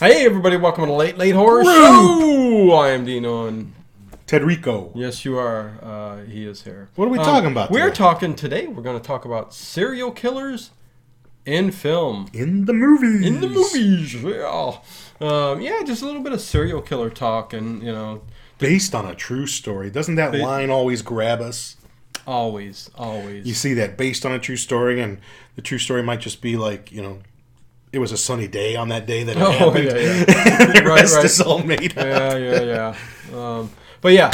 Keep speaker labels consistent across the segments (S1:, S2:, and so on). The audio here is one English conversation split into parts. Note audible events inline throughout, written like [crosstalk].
S1: Hey everybody, welcome to Late Late Horror Show. I am Denon.
S2: Ted Rico.
S1: Yes, you are. Uh, he is here. Um,
S2: What are we talking about
S1: We're
S2: today?
S1: talking today. We're going to talk about serial killers in film,
S2: In the movies.
S1: in the movies. Yeah, um, yeah, just a little bit of serial killer talk, and you know,
S2: Based on a true story. Doesn't that
S1: Ba-
S2: line always grab us?
S1: always, always.
S2: You see that based on a true story, and the true story might just be like, you know, it was a sunny day on that day that
S1: [laughs]
S2: it
S1: Oh,
S2: happened.
S1: yeah, yeah.
S2: [laughs] the
S1: Right,
S2: rest
S1: right.
S2: is all made
S1: [laughs]
S2: up.
S1: yeah, yeah, yeah. Um, but yeah,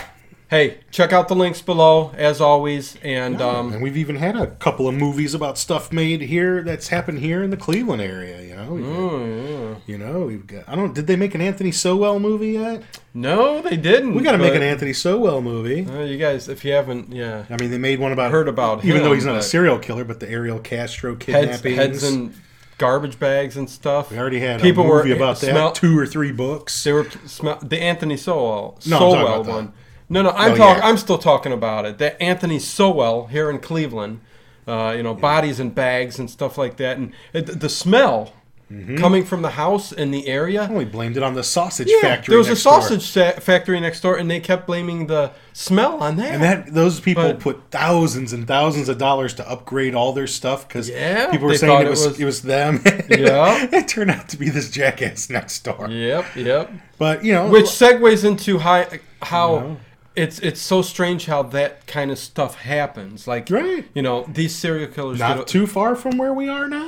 S1: hey, check out the links below as always, and um,
S2: And we've even had a couple of movies about stuff made here that's happened here in the Cleveland area. You know, We've got-
S1: mm, yeah.
S2: you know, we've got. I don't. Did they make an Anthony Sowell movie yet?
S1: no, they didn't.
S2: We got to make
S1: but-
S2: an Anthony Sowell movie.
S1: Uh, you guys, if you haven't, yeah,
S2: I mean, they made one about
S1: Heard about
S2: even
S1: him,
S2: though he's not a
S1: but-
S2: serial killer, but the Ariel Castro
S1: heads,
S2: kidnappings.
S1: heads in garbage bags and stuff.
S2: We already had
S1: People
S2: a
S1: were-
S2: movie about that,
S1: smell-
S2: two or three books.
S1: They were smell, the Anthony Sowell
S2: No, I'm talking
S1: Sowell
S2: about that.
S1: one. No, no, I'm
S2: Oh,
S1: talking.
S2: yeah.
S1: I'm still talking about it. That Anthony Sowell here in Cleveland, uh, you know, bodies in bags and stuff like that, and it, the smell
S2: Mm-hmm.
S1: coming from the house in the area.
S2: We blamed it on the sausage
S1: Yeah,
S2: Oh, factory.
S1: there was a
S2: next door.
S1: sausage sa- factory next door, and they kept blaming the smell on that.
S2: And that those people
S1: But-
S2: put thousands and thousands of dollars to upgrade all their stuff because
S1: Yeah,
S2: people were
S1: they
S2: saying
S1: thought
S2: it
S1: it
S2: was,
S1: was-
S2: it was them. [laughs]
S1: Yeah.
S2: it turned out to be this jackass next door.
S1: yep, yep.
S2: But you know,
S1: Which segues into how how
S2: No.
S1: it's it's so strange how that kind of stuff happens. Like
S2: Right.
S1: you know, these serial killers
S2: not
S1: get,
S2: too far from where we are now.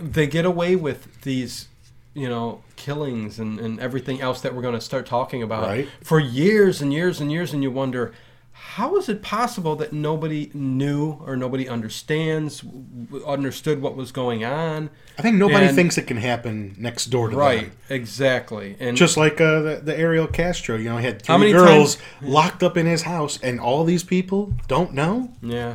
S1: they get away with these you know killings and, and everything else that we're going to start talking about
S2: Right.
S1: for years and years and years and you wonder how is it possible that nobody knew or nobody understands w- understood what was going on
S2: I think nobody
S1: And-
S2: thinks it can happen next door to
S1: right
S2: them.
S1: exactly and
S2: Just like uh, the, the Ariel Castro, you know, he had
S1: How many
S2: three girls locked up in his house, and all these people don't know.
S1: yeah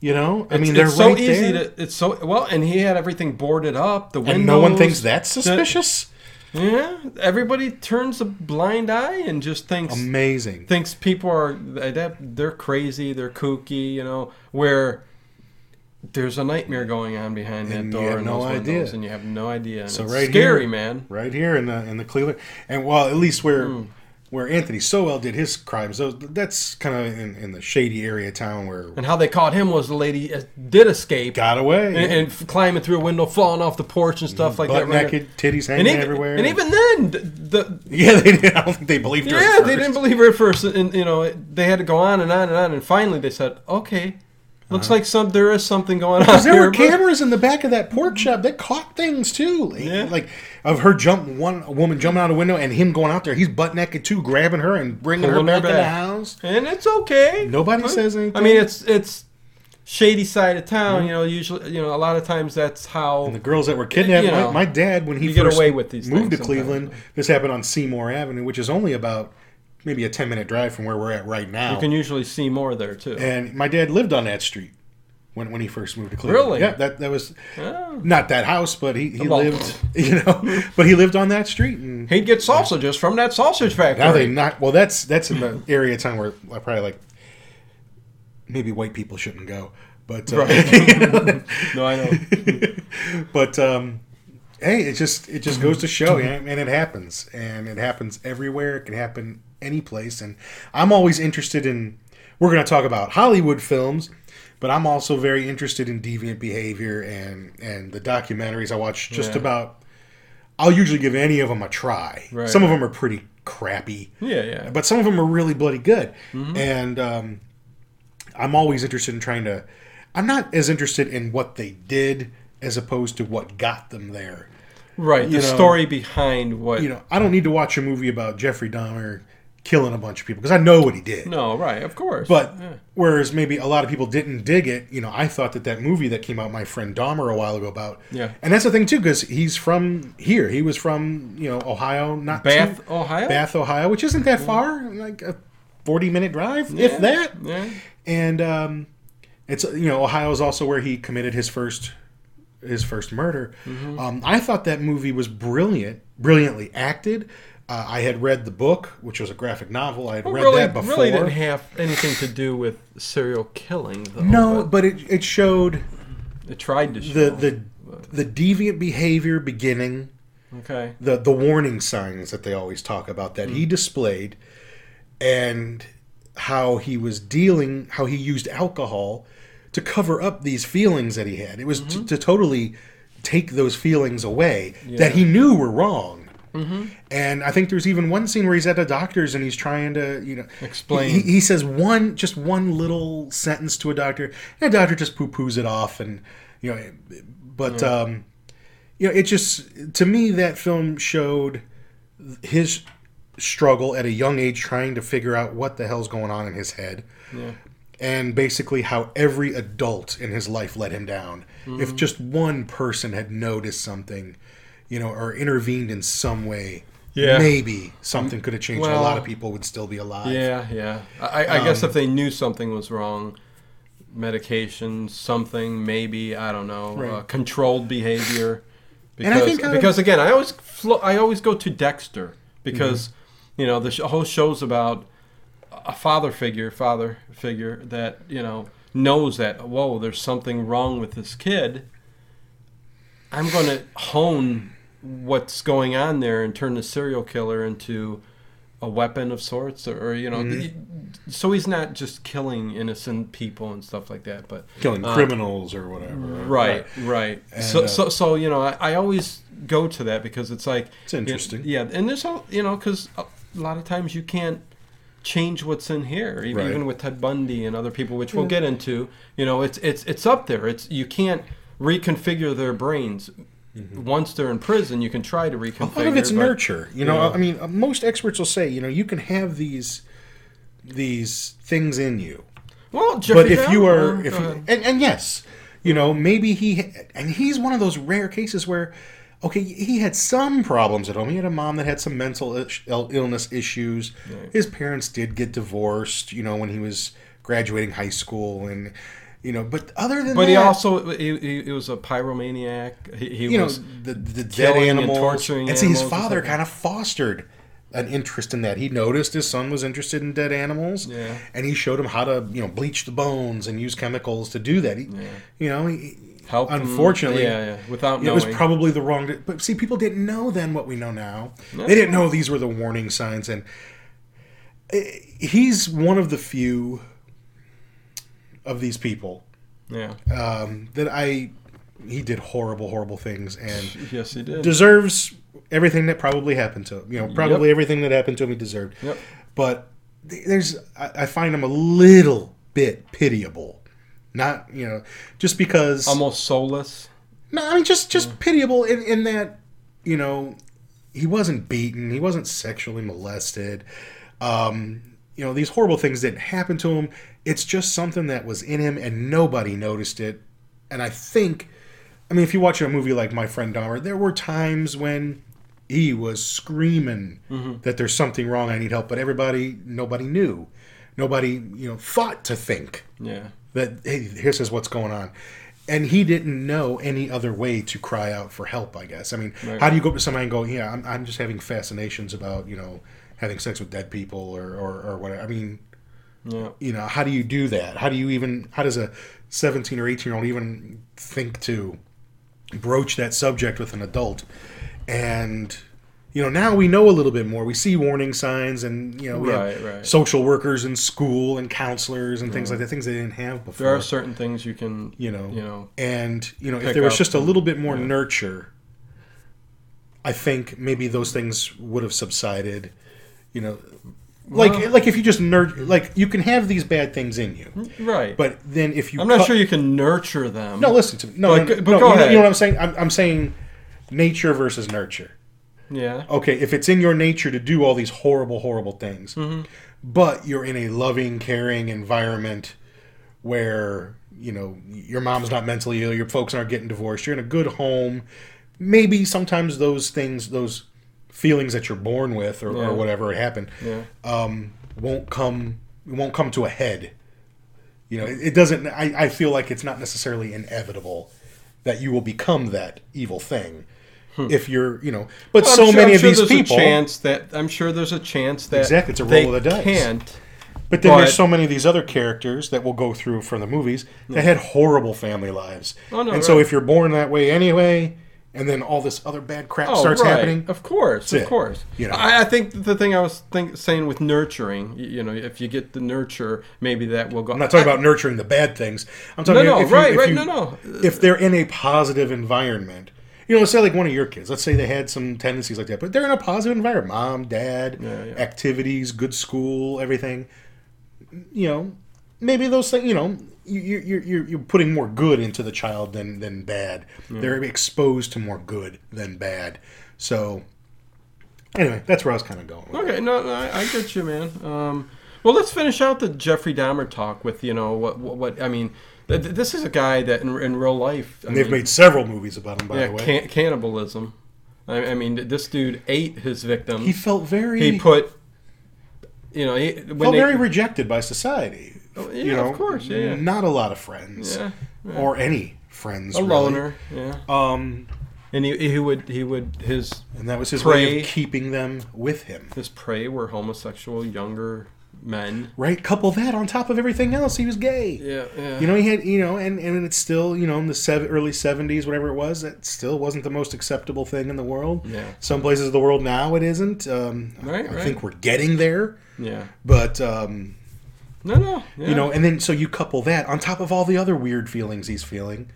S2: You know, I
S1: It's-
S2: mean, they're
S1: it's so
S2: right
S1: easy
S2: there.
S1: to. It's so well, and he had everything boarded up. The windows.
S2: and no one thinks that's suspicious.
S1: Yeah, everybody turns a blind eye and just thinks
S2: Um, Amazing.
S1: thinks people are that they're crazy, they're kooky, you know. Where there's a nightmare going on behind that
S2: And you
S1: door
S2: have
S1: and
S2: no
S1: those
S2: idea.
S1: windows, and you have no idea. And
S2: So
S1: it's
S2: right
S1: scary,
S2: here-
S1: man.
S2: Right here in the in the Cleveland, and well, at least where
S1: Hmm.
S2: where Anthony Sowell did his crimes, those, that's kind of in, in the shady area of town where
S1: And how they caught him was the lady uh, did escape
S2: got away,
S1: and, and f- climbing through a window, falling off the porch and stuff like
S2: Mm, butt
S1: that. right
S2: naked, titties
S1: And
S2: hanging
S1: even,
S2: everywhere.
S1: and even then, th- the
S2: [laughs] yeah, they did. I don't think they believed her. at
S1: Yeah, they
S2: first.
S1: didn't believe her at first, and you know they had to go on and on and on, and finally they said, "Okay, looks like some there is something going on
S2: Uh-huh. Because there
S1: [laughs] here."
S2: were cameras in the back of that pork shop that caught things too. Like,
S1: Mm-hmm. Yeah.
S2: like of her jump one a woman jumping out a window and him going out there. He's butt naked too, grabbing her and bringing her
S1: Pulling her
S2: back, in the
S1: back.
S2: house.
S1: and it's okay.
S2: Nobody
S1: But-
S2: says anything.
S1: I mean, it's it's shady side of town. You know, usually, you know, a lot of times that's how.
S2: And the girls that were kidnapped.
S1: You
S2: my-
S1: know,
S2: my, dad, when he
S1: you get
S2: first
S1: away with these
S2: moved to
S1: things sometimes.
S2: Cleveland, this happened on Seymour Avenue, which is only about maybe a ten minute drive from where we're at right now.
S1: you can usually see more there too.
S2: and my dad lived on that street when when he first moved to Cleveland.
S1: Really?
S2: Yeah, that that was
S1: Oh.
S2: not that house, but he, he
S1: Well. [laughs]
S2: lived, [laughs] you know, but he lived on that street and.
S1: He'd get sausages from that sausage factory.
S2: Now they not well. That's that's in the area of town where I probably like maybe white people shouldn't go, but uh,
S1: Right. no, I know.
S2: [laughs] but um, hey, it just it just goes to show, and, and it happens, and it happens everywhere. It can happen any place, and I'm always interested in. We're going to talk about Hollywood films, but I'm also very interested in deviant behavior and and the documentaries I watch. Just
S1: Yeah.
S2: about, I'll usually give any of them a try.
S1: Right,
S2: Some of them are pretty crappy
S1: Yeah, yeah.
S2: but some of them are really bloody good
S1: Mm-hmm.
S2: and um, i'm always interested in trying to i'm not as interested in what they did as opposed to what got them there
S1: Right. The
S2: know,
S1: story behind what.
S2: you know i don't need to watch a movie about jeffrey dahmer killing a bunch of people because i know what he did
S1: no, right. Of course.
S2: but
S1: Yeah.
S2: whereas maybe a lot of people didn't dig it, you know, I thought that that movie that came out, my friend Dahmer, a while ago about,
S1: Yeah.
S2: and that's the thing too, because he's from here. He was from you know Ohio, not too-
S1: Bath, Ohio?
S2: Bath, Ohio, which isn't that far, like a forty-minute drive,
S1: Yeah,
S2: if that.
S1: Yeah.
S2: And um, it's you know Ohio is also where he committed his first his first murder.
S1: Mm-hmm.
S2: Um, I thought that movie was brilliant, brilliantly acted. Uh, I had read the book, which was a graphic novel. I had
S1: Well,
S2: read
S1: really,
S2: that before.
S1: really didn't have anything to do with serial killing, though.
S2: No, but it, it showed
S1: but it tried to show.
S2: the the the deviant behavior beginning,
S1: Okay.
S2: the the warning signs that they always talk about that he displayed and how he was dealing how he used alcohol to cover up these feelings that he had it was t- to totally take those feelings away that he knew were wrong and i think there's even one scene where he's at a doctor's and he's trying to you know
S1: Explain.
S2: he, he says one just one little sentence to a doctor and the doctor just poo-poos it off and you know but um you know, it just to me that film showed his struggle at a young age trying to figure out what the hell's going on in his head. And basically how every adult in his life let him down. If
S1: Mm-hmm.
S2: just one person had noticed something, you know, or intervened in some way,
S1: Yeah. Mm,
S2: maybe something could have changed and a lot
S1: well-
S2: of people would still be alive.
S1: Yeah, yeah. I, I guess
S2: Um,
S1: if they knew something was wrong, medication, something, maybe I don't know, uh,
S2: Right.
S1: controlled behavior. Because
S2: And I think out of-
S1: because again, I always flo- I always go to Dexter because
S2: Mm-hmm.
S1: you know the sh- whole show's about a father figure, father figure that you know knows that whoa, there's something wrong with this kid. I'm going to hone what's going on there and turn the serial killer into a weapon of sorts, or, or, you know,
S2: Mm-hmm.
S1: so he's not just killing innocent people and stuff like that. But
S2: Killing
S1: Uh,
S2: criminals or whatever.
S1: right, right. so,
S2: uh,
S1: so, so you know, I, I always go to that because it's like
S2: It's interesting.
S1: yeah, and there's all you know, because a lot of times you can't change what's in here, even,
S2: Right.
S1: even with Ted Bundy and other people, which we'll get into. You know, it's it's it's up there. It's you can't reconfigure their brains. Once they're in prison, you can try to reconfigure.
S2: Mm-hmm. A lot of it's
S1: but-
S2: nurture. You know,
S1: yeah.
S2: I mean, uh, most experts will say, you know, you can have these these things in you,
S1: Well,
S2: but
S1: Jeffrey
S2: if you
S1: Dahmer, uh,
S2: are, if
S1: Oh, go
S2: you,
S1: ahead.
S2: and, and yes, you know, maybe he and he's one of those rare cases where, okay, he had some problems at home. He had a mom that had some mental ish- ill- illness issues. His parents did get divorced, you know, when he was graduating high school, and you know, but other than
S1: but
S2: that,
S1: he also he, he, he was a pyromaniac. He, he
S2: you know
S1: was
S2: the, the dead
S1: killing and
S2: animals
S1: torturing
S2: and see his
S1: animals and
S2: father
S1: stuff.
S2: kind of fostered an interest in that he noticed his son was interested in dead animals
S1: Yeah.
S2: and he showed him how to you know bleach the bones and use chemicals to do that he, you know he,
S1: helped. him-
S2: unfortunately
S1: yeah, yeah, without
S2: it
S1: knowing.
S2: was probably the wrong but see people didn't know then what we know now they didn't know these were the warning signs and eh, he's one of the few of these people
S1: yeah,
S2: um, that i he did horrible horrible things and
S1: yes, he did.
S2: deserves everything that probably happened to him. You know, probably
S1: Yep.
S2: everything that happened to him he deserved.
S1: Yep.
S2: But th- there's, I, I find him a little bit pitiable. Not, you know, just because.
S1: Almost soulless.
S2: no, I mean, just just pitiable in, in that, you know, he wasn't beaten, he wasn't sexually molested. Um, you know, these horrible things didn't happen to him. It's just something that was in him and nobody noticed it. And I think, I mean, if you watch a movie like My Friend Dahmer, there were times when he was screaming that there's something wrong, I need help, but everybody, nobody knew. Nobody, you know, thought to think
S1: Yeah.
S2: that hey, here's is what's going on and he didn't know any other way to cry out for help i guess i mean
S1: Right.
S2: how do you go up to somebody and go yeah I'm, I'm just having fascinations about you know having sex with dead people or, or or whatever i mean
S1: Yeah.
S2: you know how do you do that how do you even how does a 17 or 18 year old even think to broach that subject with an adult and you know now we know a little bit more we see warning signs and you know we have
S1: Right, right. Mm-hmm.
S2: social workers in school and counselors and things like that things they didn't have before
S1: There are certain things you can,
S2: you know
S1: you know,
S2: and you know if
S1: pick
S2: there was
S1: up
S2: just a little bit more
S1: yeah.
S2: nurture i think maybe those things would have subsided you know like
S1: Well-
S2: like if you just nerd like you can have these bad things in you
S1: right.
S2: but then if you
S1: Mm-hmm. I'm not
S2: cut-
S1: sure you can nurture them.
S2: no listen to me no,
S1: Like,
S2: no, no,
S1: but
S2: no,
S1: go
S2: you, know,
S1: ahead.
S2: you know what i'm saying I'm, I'm saying nature versus nurture
S1: Yeah.
S2: okay if it's in your nature to do all these horrible horrible things but you're in a loving caring environment where you know your mom's not mentally ill your folks aren't getting divorced you're in a good home maybe sometimes those things those feelings that you're born with or,
S1: Yeah.
S2: or whatever it happened
S1: Yeah.
S2: um, won't come won't come to a head you know it, it doesn't I, I feel like it's not necessarily inevitable that you will become that evil thing if you're you know but
S1: Hmm. Well, I'm
S2: so
S1: sure-
S2: many
S1: I'm
S2: of
S1: sure
S2: these
S1: there's
S2: people
S1: A chance that I'm sure there's a chance that
S2: Exactly, it's a roll
S1: they
S2: of the dice.
S1: Can't.
S2: But then
S1: But-
S2: there's so many of these other characters that we'll go through from the movies that had horrible family lives.
S1: Hmm. Oh, no,
S2: and so
S1: right.
S2: if you're born that way anyway, and then all this other bad crap
S1: Oh,
S2: starts
S1: right.
S2: happening.
S1: Of course, of
S2: it.
S1: course.
S2: You know.
S1: I, I think the thing I was think, saying with nurturing, y- you know, if you get the nurture, maybe that will go.
S2: I'm not talking about nurturing the bad things. I'm talking
S1: No, no,
S2: about if you-
S1: right,
S2: if
S1: right,
S2: you-
S1: no, no.
S2: If they're in a positive environment, you know, let's say like one of your kids. Let's say they had some tendencies like that, but they're in a positive environment. Mom, dad,
S1: Yeah, yeah.
S2: activities, good school, everything. You know, maybe those things. You know, you, you, you're you're you're putting more good into the child than than bad. They're exposed to more good than bad. So, anyway, that's where I was kind of going. With it.
S1: Okay, no, no, I, I get you, man. Um, well, let's finish out the Jeffrey Dahmer talk with you know what what, what I mean. Th- th- this is a guy that in, in real life I
S2: And they've
S1: mean,
S2: made several movies about him, by
S1: yeah,
S2: the way.
S1: can, cannibalism. I, I mean, th- this dude ate his victim.
S2: he
S1: He,
S2: felt very
S1: put, you know, he, when
S2: felt
S1: they,
S2: very rejected by society.
S1: Oh, yeah,
S2: you know,
S1: of course, yeah, yeah.
S2: not a lot of friends
S1: yeah, yeah.
S2: or any friends.
S1: a
S2: really.
S1: loner, yeah.
S2: Um,
S1: And he, he would he would his
S2: and that was his way
S1: Prey.
S2: of keeping them with him.
S1: his prey were homosexual younger men.
S2: Right? Couple that on top of everything else, he was gay.
S1: Yeah, yeah.
S2: You know, he had, you know, and, and it's still, you know, in the sev- early 70s, whatever it was, that still wasn't the most acceptable thing in the world.
S1: Yeah.
S2: Some places of the world now it isn't. Um, I-
S1: Right,
S2: I
S1: right.
S2: think we're getting there.
S1: yeah.
S2: But, um,
S1: No, no. yeah.
S2: you know and then so you couple that on top of all the other weird feelings he's feeling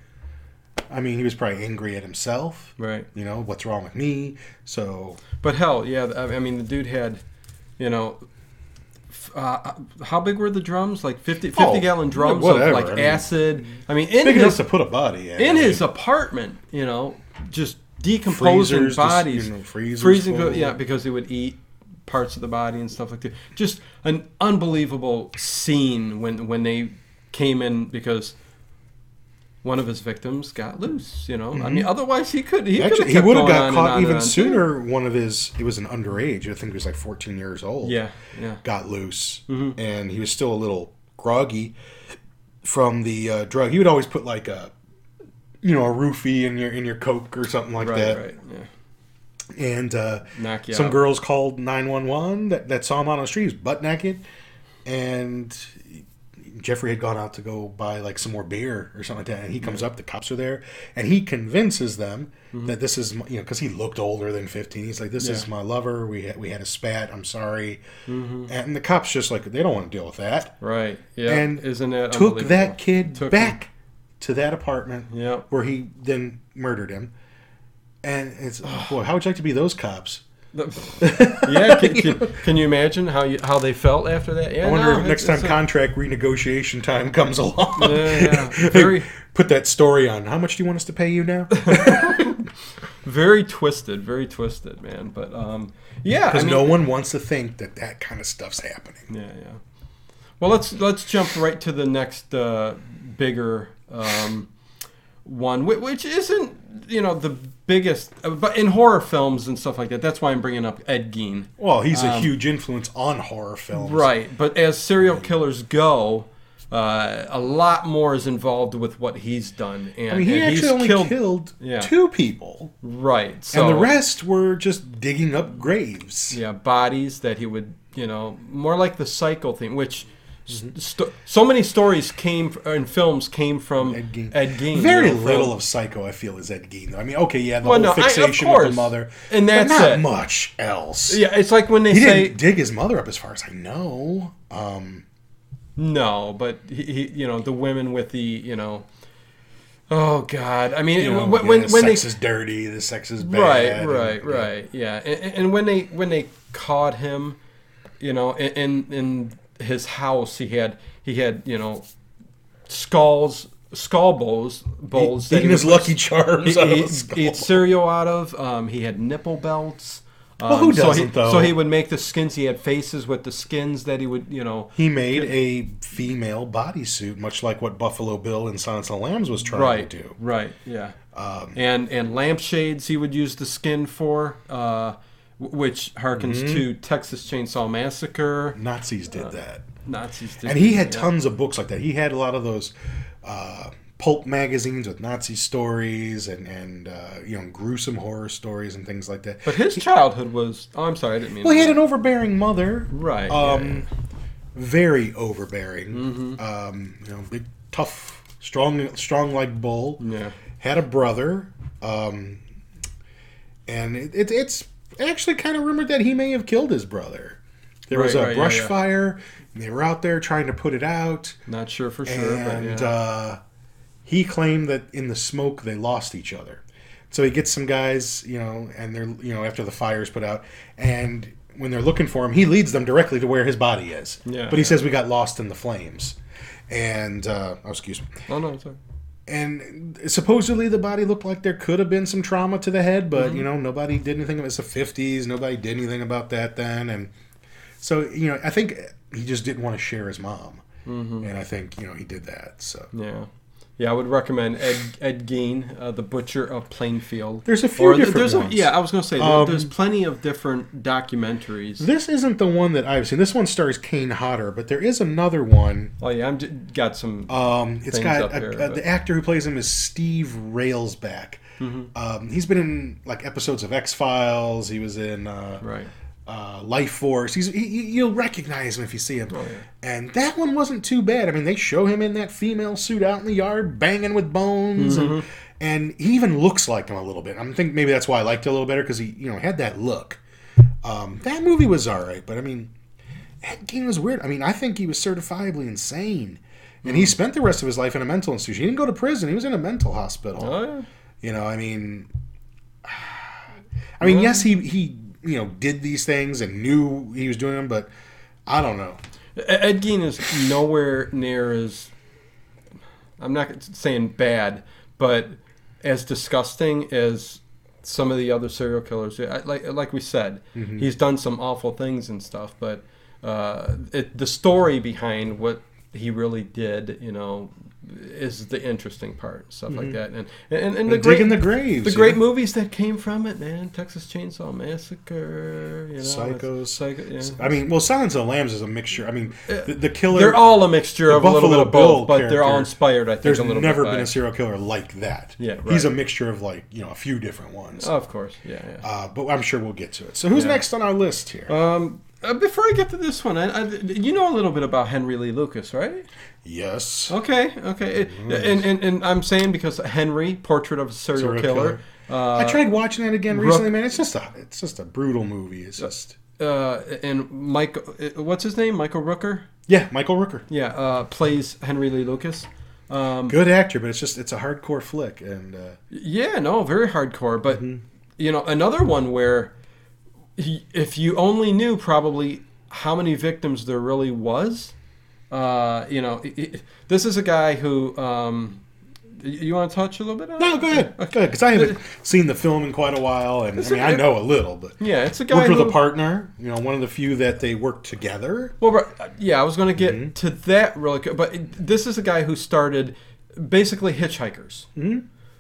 S2: i mean he was probably angry at himself
S1: right.
S2: you know what's wrong with me so
S1: But hell, yeah. I I mean, the dude had, you know, f- uh, how big were the drums? Like 50, 50
S2: Oh,
S1: gallon
S2: yeah,
S1: drums
S2: whatever,
S1: of like
S2: I mean-
S1: acid. I mean, in
S2: big
S1: his
S2: enough to put a body in,
S1: in
S2: I
S1: his
S2: mean,
S1: apartment, you know, just decomposing
S2: freezers, just,
S1: bodies,
S2: you know, freezers
S1: freezing.
S2: full.
S1: co- yeah, because he would eat parts of the body and stuff like that. Just an unbelievable scene when when they came in because. One of his victims got loose, you know. I mean, otherwise he could. He,
S2: Mm-hmm. Actually,
S1: could've
S2: he
S1: kept
S2: would have
S1: going on and
S2: got
S1: on
S2: caught
S1: and
S2: even
S1: on, too.
S2: sooner. One of his, it was an underage. I think he was like 14 years old.
S1: Yeah, Mm-hmm. yeah.
S2: got loose, and he was still a little groggy from the uh, drug. He would always put like a, you know, a roofie in your in your coke or something like
S1: Right,
S2: that.
S1: right. Yeah.
S2: and uh,
S1: Knock you
S2: some
S1: out.
S2: girls called 911 that, that saw him out on the street. He was butt naked. And Jeffrey had gone out to go buy like some more beer or something like that. And he comes up, the cops are there, and he convinces them that this is, my, you know, because he looked older than 15. He's like, this is
S1: Mm-hmm. Yeah. Mm-hmm.
S2: my lover. We had, we had a spat. I'm sorry. And the cops just like, they don't want to deal with that.
S1: Right. Yeah.
S2: And
S1: isn't that
S2: Took that kid
S1: Took him.
S2: back to that apartment
S1: Yeah.
S2: where he then murdered him. And it's, oh, boy, how would you like to be those cops? [laughs]
S1: yeah. Can, can, can you imagine how you how they felt after that? Yeah.
S2: I wonder
S1: no,
S2: if
S1: it-
S2: next time
S1: it's a-
S2: contract renegotiation time comes [laughs] along.
S1: Yeah, yeah.
S2: they
S1: Very-
S2: put that story on. How much do you want us to pay you
S1: [laughs]
S2: now?
S1: very twisted, very twisted, man. But um, yeah. I
S2: Because
S1: mean,
S2: no one wants to think that that kind of stuff's happening.
S1: Yeah, yeah. Well, let's let's jump right to the next uh, bigger um, one, whi- which isn't you know the biggest, uh, but in horror films and stuff like that. That's why I'm bringing up Ed Gein.
S2: Well, he's a huge influence on horror films.
S1: Um, Right, but as serial killers go, uh, a lot more is involved with what he's done, and,
S2: I mean, he
S1: and
S2: actually
S1: he's
S2: only
S1: killed.
S2: killed,
S1: yeah.
S2: two people,
S1: Right, so
S2: and the rest were just digging up graves.
S1: yeah, bodies that he would, you know, more like the cycle thing, which.
S2: Mm-hmm.
S1: St- sto- so many stories came f- and films came from
S2: Ed Gein.
S1: you
S2: Very
S1: know, from-
S2: little of Psycho, I feel, is Ed Gein. Though. I mean, okay, yeah, the
S1: Well,
S2: whole
S1: no, I- of
S2: fixation with
S1: course.
S2: the mother,
S1: And
S2: but
S1: that's
S2: not
S1: it.
S2: much else.
S1: Yeah, it's like when they
S2: He
S1: say
S2: didn't dig his mother up, as far as I know. Um,
S1: No, but he, he, you know, the women with the, you know, oh god. I mean,
S2: you know,
S1: when
S2: yeah,
S1: when,
S2: the
S1: when they
S2: sex is dirty, the sex is bad.
S1: right,
S2: and-
S1: right, right, yeah. And, and- and when they when they caught him, you know, in in- in his house, he had he had you know skulls, skull bowls, bowls. that
S2: Eating
S1: he
S2: his
S1: would-
S2: Lucky Charms
S1: he,
S2: out of
S1: he,
S2: a skull.
S1: he ate cereal out of. Um, he had nipple belts. Um,
S2: who
S1: so he,
S2: doesn't, though?
S1: So he would make the skins. He had faces with the skins that he would, you know.
S2: He made a female bodysuit, much like what Buffalo Bill in Silence of the Lambs was trying
S1: right
S2: to do. Um,
S1: right yeah and and lampshades he would use the skin for uh w- which harkens
S2: Mm-hmm.
S1: to Texas Chainsaw Massacre.
S2: Nazis did that.
S1: Nazis Uh, did.
S2: And he had
S1: yeah.
S2: tons of books like that. He had a lot of those uh, pulp magazines with Nazi stories and, and uh, you know, gruesome horror stories and things like that.
S1: But his childhood was. Oh, I'm sorry, I didn't mean.
S2: Well,
S1: to-
S2: he had an overbearing mother.
S1: Right, yeah, Mm-hmm.
S2: Um, Very overbearing. Um, you know, big, tough, strong, strong like bull.
S1: Yeah.
S2: Had a brother. Um, and it, it, it's actually kind of rumored that he may have killed his brother. There was
S1: Right,
S2: a
S1: right, yeah,
S2: brush
S1: yeah.
S2: fire, and they were out there trying to put it out,
S1: Not sure for sure,
S2: and
S1: but yeah.
S2: uh, he claimed that in the smoke they lost each other. So he gets some guys, you know, and they're you know after the fire is put out, and when they're looking for him, he leads them directly to where his body is.
S1: Yeah,
S2: but he
S1: yeah.
S2: says we got lost in the flames, and uh, oh, excuse me,
S1: oh no, sorry.
S2: and supposedly the body looked like there could have been some trauma to the head,
S1: Mm-hmm.
S2: but you know nobody did anything. It was the fifties; nobody did anything about that then, and so you know I think he just didn't want to share his mom,
S1: Mm-hmm.
S2: and I think you know he did that. So
S1: Yeah. Yeah, I would recommend Ed Ed Gein, uh, the Butcher of Plainfield.
S2: There's a few
S1: th-
S2: different
S1: there's
S2: ones.
S1: A, yeah, I was gonna say there-
S2: Um,
S1: there's plenty of different documentaries.
S2: this isn't the one that I've seen. This one stars Kane Hodder, but there is another one.
S1: oh yeah, I'm j- got some.
S2: Um, it's
S1: Things
S2: got
S1: up
S2: a,
S1: here,
S2: a-
S1: but-
S2: the actor who plays him is Steve Railsback. Um, he's been in like episodes of X Files. He was in uh,
S1: right.
S2: uh, Life Force. He's he, he- you'll recognize him if you see him. And that one wasn't too bad. I mean, they show him in that female suit out in the yard, banging with bones, and, and he even looks like him a little bit. I think maybe that's why I liked it a little better because he you know had that look. Um, that movie was all right, but I mean, Ed Gein was weird. I mean, I think he was certifiably insane. And he spent the rest of his life in a mental institution. He didn't go to prison. He was in a mental hospital.
S1: Oh yeah.
S2: You know, I mean, [sighs] I mean, yes, he he you know did these things and knew he was doing them, but I don't know.
S1: E-, Ed Gein is nowhere near as I'm not saying bad, but as disgusting as some of the other serial killers. I- Like like we said, he's done some awful things and stuff, but uh, it, the story behind what he really did, you know, is the interesting part, and stuff like that, and and, and Mm-hmm. the
S2: Digging
S1: great.
S2: the graves,
S1: the
S2: you
S1: great
S2: know?
S1: movies that came from it, man. Texas Chainsaw Massacre, you know, it's-
S2: Psychos.
S1: Psycho, yeah.
S2: I mean, well, Silence of the Lambs is a mixture. I mean, the, the killer.
S1: Uh, They're all a mixture of a little bit
S2: Buffalo
S1: of both,
S2: Bill
S1: but they're all
S2: character,
S1: inspired. I think
S2: there's
S1: a little
S2: never
S1: bit
S2: been
S1: by-
S2: a serial killer like that.
S1: Yeah, right.
S2: he's a mixture of like you know a few different ones.
S1: Oh, of course, yeah. yeah.
S2: Uh, but I'm sure we'll get to it. So who's
S1: Yeah.
S2: next on our list here?
S1: um, uh, before I get to this one, I, I, you know a little bit about Henry Lee Lucas, right?
S2: yes,
S1: Okay, okay. It- and, and and I'm saying because Henry, Portrait of a Serial,
S2: Serial
S1: Killer.
S2: I tried watching that again
S1: Rook-
S2: recently, man. It's just a it's just a brutal movie. It's just
S1: Uh, and Michael, uh, what's his name? Michael Rooker.
S2: yeah, Michael Rooker,
S1: Yeah, uh, plays Henry Lee Lucas. Um,
S2: good actor, but it's just it's a hardcore flick, and uh,
S1: Yeah, no, very hardcore. But you know, another one where he, if you only knew probably how many victims there really was, uh, you know, i i this is a guy who um, y- you want to touch a little bit on. it?
S2: No, go [laughs] ahead. Go ahead, because I haven't seen the film in quite a while, and I mean, I know a little, but
S1: Yeah, it's a guy
S2: worked with
S1: who.
S2: a partner. You know, one of the few that they worked together.
S1: Well, right, yeah, I was going to get
S2: Mm-hmm.
S1: to that really quick, but it- this is a guy who started basically hitchhikers
S2: Mm-hmm.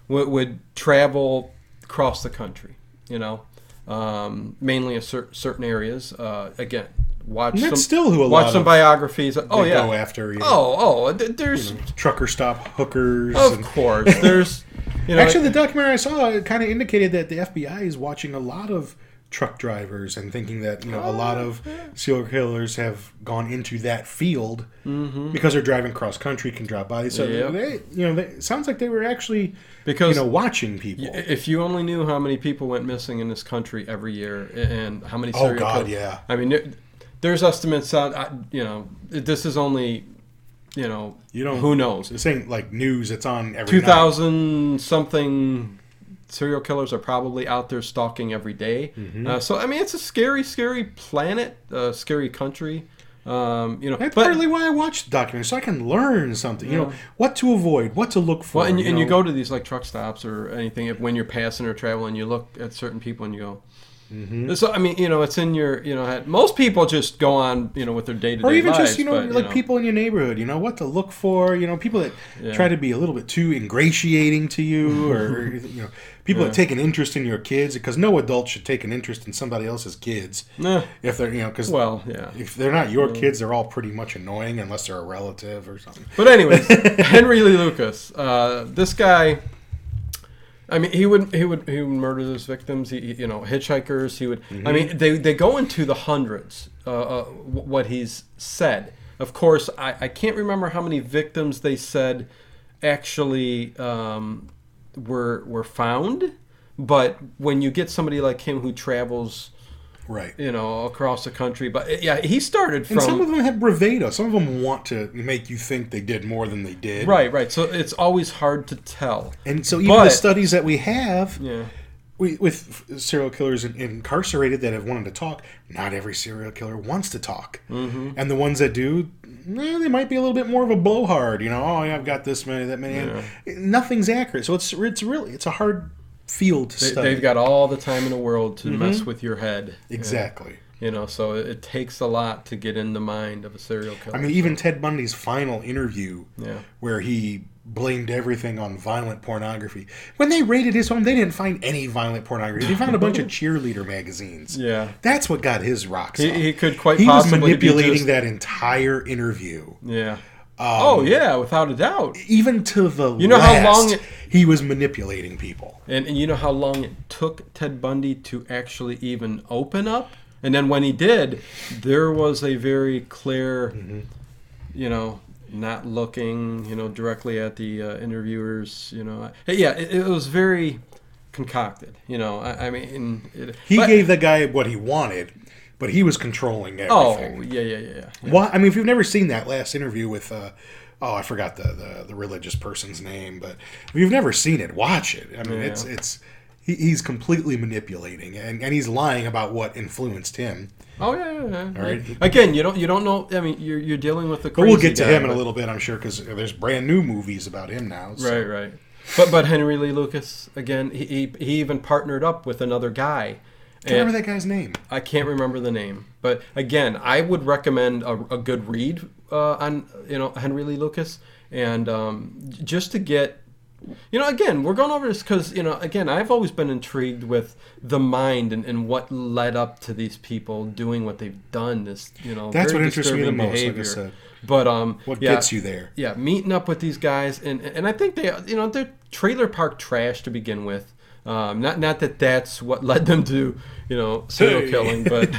S1: would, would travel across the country, you know, um, mainly in cer- certain areas. Uh, again, watch
S2: And
S1: some,
S2: that's still who a
S1: watch
S2: lot
S1: some
S2: of
S1: biographies. Oh
S2: they
S1: yeah.
S2: go after. You know,
S1: Oh oh, th- there's
S2: trucker stop hookers.
S1: of
S2: and-
S1: course
S2: [laughs]
S1: there's you know
S2: Actually, the documentary I saw kind of indicated that the FBI is watching a lot of truck drivers and thinking that you know a lot of
S1: Oh,
S2: serial killers have gone into that field because they're driving cross country, can drop bodies. So
S1: Mm-hmm. Yep.
S2: they, you know, they, it sounds like they were actually
S1: because
S2: you know watching people.
S1: If you only knew how many people went missing in this country every year and how many
S2: Oh,
S1: serial
S2: God,
S1: kill-
S2: yeah.
S1: I mean, there- there's estimates out. I- You know, this is only, you know,
S2: You don't-
S1: who knows?
S2: This ain't like news. It's on every
S1: Two
S2: night.
S1: thousand something serial killers are probably out there stalking every day.
S2: Mm-hmm.
S1: Uh, so I mean, it's a scary, scary planet, uh, scary country. Um, you know,
S2: That's
S1: but-
S2: partly why I watch the documentary, so I can learn something. You know what to avoid, what to look for.
S1: Well, and, you, and you
S2: know.
S1: go to these like truck stops or anything if, when you're passing or traveling, you look at certain people and you go.
S2: Mm-hmm.
S1: So I mean, you know, it's in your, you know, head. most people just go on, you know, with their day to day
S2: or
S1: lives.
S2: even just you know
S1: but,
S2: like people in your neighborhood. You know what to look for. You know people that
S1: Yeah.
S2: try to be a little bit too ingratiating to
S1: [laughs]
S2: you, or you know people that take an interest in your kids because no adult should take an interest in somebody else's kids
S1: Nah,
S2: if they're you know because
S1: Eh, well, yeah.
S2: if they're not your kids, they're all pretty much annoying unless they're a relative or something.
S1: But
S2: [laughs]
S1: anyways, Henry Lee Lucas, uh, this guy. I mean, he would he would he would murder those victims. He he- you know hitchhikers. He would. I
S2: Mm-hmm.
S1: mean, they they go into the hundreds. Uh, uh, wh- what he's said. Of course, I, I can't remember how many victims they said actually um, were were found, But when you get somebody like him who travels,
S2: Right.
S1: you know, across the country, but yeah, he started from
S2: And some of them have bravado. Some of them want to make you think they did more than they did.
S1: right, right. So it's always hard to tell.
S2: And so even the
S1: But-
S2: studies that we have
S1: Yeah,
S2: we, with f- serial killers in, incarcerated that have wanted to talk, not every serial killer wants to talk. Mm-hmm. And the ones that do, eh, they might be a little bit more of a blowhard. You know, oh, yeah, I've got this many, that many. and Nothing's accurate. So it's it's really it's a hard field to
S1: they,
S2: study. Mm-hmm.
S1: they've got all the time in the world to mess with your head.
S2: exactly.
S1: You know, so it, it takes a lot to get in the mind of a serial killer.
S2: I mean, even Ted Bundy's final interview,
S1: Yeah.
S2: where he blamed everything on violent pornography. When they raided his home, they didn't find any violent pornography. They found a
S1: [laughs]
S2: bunch of cheerleader magazines.
S1: yeah,
S2: That's what got his rocks.
S1: he,
S2: off.
S1: he could quite
S2: He was
S1: possibly be
S2: manipulating
S1: just-
S2: that entire interview.
S1: Yeah. oh yeah, without a doubt.
S2: Even to the
S1: know how
S2: last,
S1: long it-
S2: he was manipulating people.
S1: And, and you know how long it took Ted Bundy to actually even open up? And then when he did, there was a very clear,
S2: Mm-hmm.
S1: you know, not looking, you know, directly at the uh, interviewers, you know. Yeah, it, it was very concocted, you know. I, I mean, it,
S2: He
S1: but-
S2: gave the guy what he wanted, but he was controlling
S1: Oh,
S2: everything.
S1: yeah, yeah, yeah, yeah.
S2: Why? I mean, if you've never seen that last interview with, uh, oh, I forgot the, the the religious person's name, but if you've never seen it, watch it. I mean, it's it's he, he's completely manipulating and, and he's lying about what influenced him.
S1: Oh, yeah, yeah, yeah. All
S2: right.
S1: Again, you don't, you don't know. I mean, you're, you're dealing with the.
S2: But
S1: Crazy
S2: we'll get to
S1: guy,
S2: him in
S1: but-
S2: a little bit, I'm sure, because there's brand new movies about him now. so-
S1: Right, right. But but Henry Lee Lucas again. He he, he even partnered up with another guy.
S2: I remember
S1: And
S2: that guy's name.
S1: I can't remember the name, but again, I would recommend a, a good read uh, on you know Henry Lee Lucas, and um, j- just to get. You know, again, we're going over this because, you know, again, I've always been intrigued with the mind and, and what led up to these people doing what they've done. This, you know,
S2: That's
S1: very
S2: what interests me the
S1: disturbing
S2: most, like I
S1: behavior.
S2: said.
S1: But um,
S2: What
S1: yeah,
S2: gets you there?
S1: yeah, meeting up with these guys, and and I think they, you know, they're trailer park trash to begin with. Um, not not that that's what [laughs] led them to, you know, serial
S2: Hey.
S1: killing, but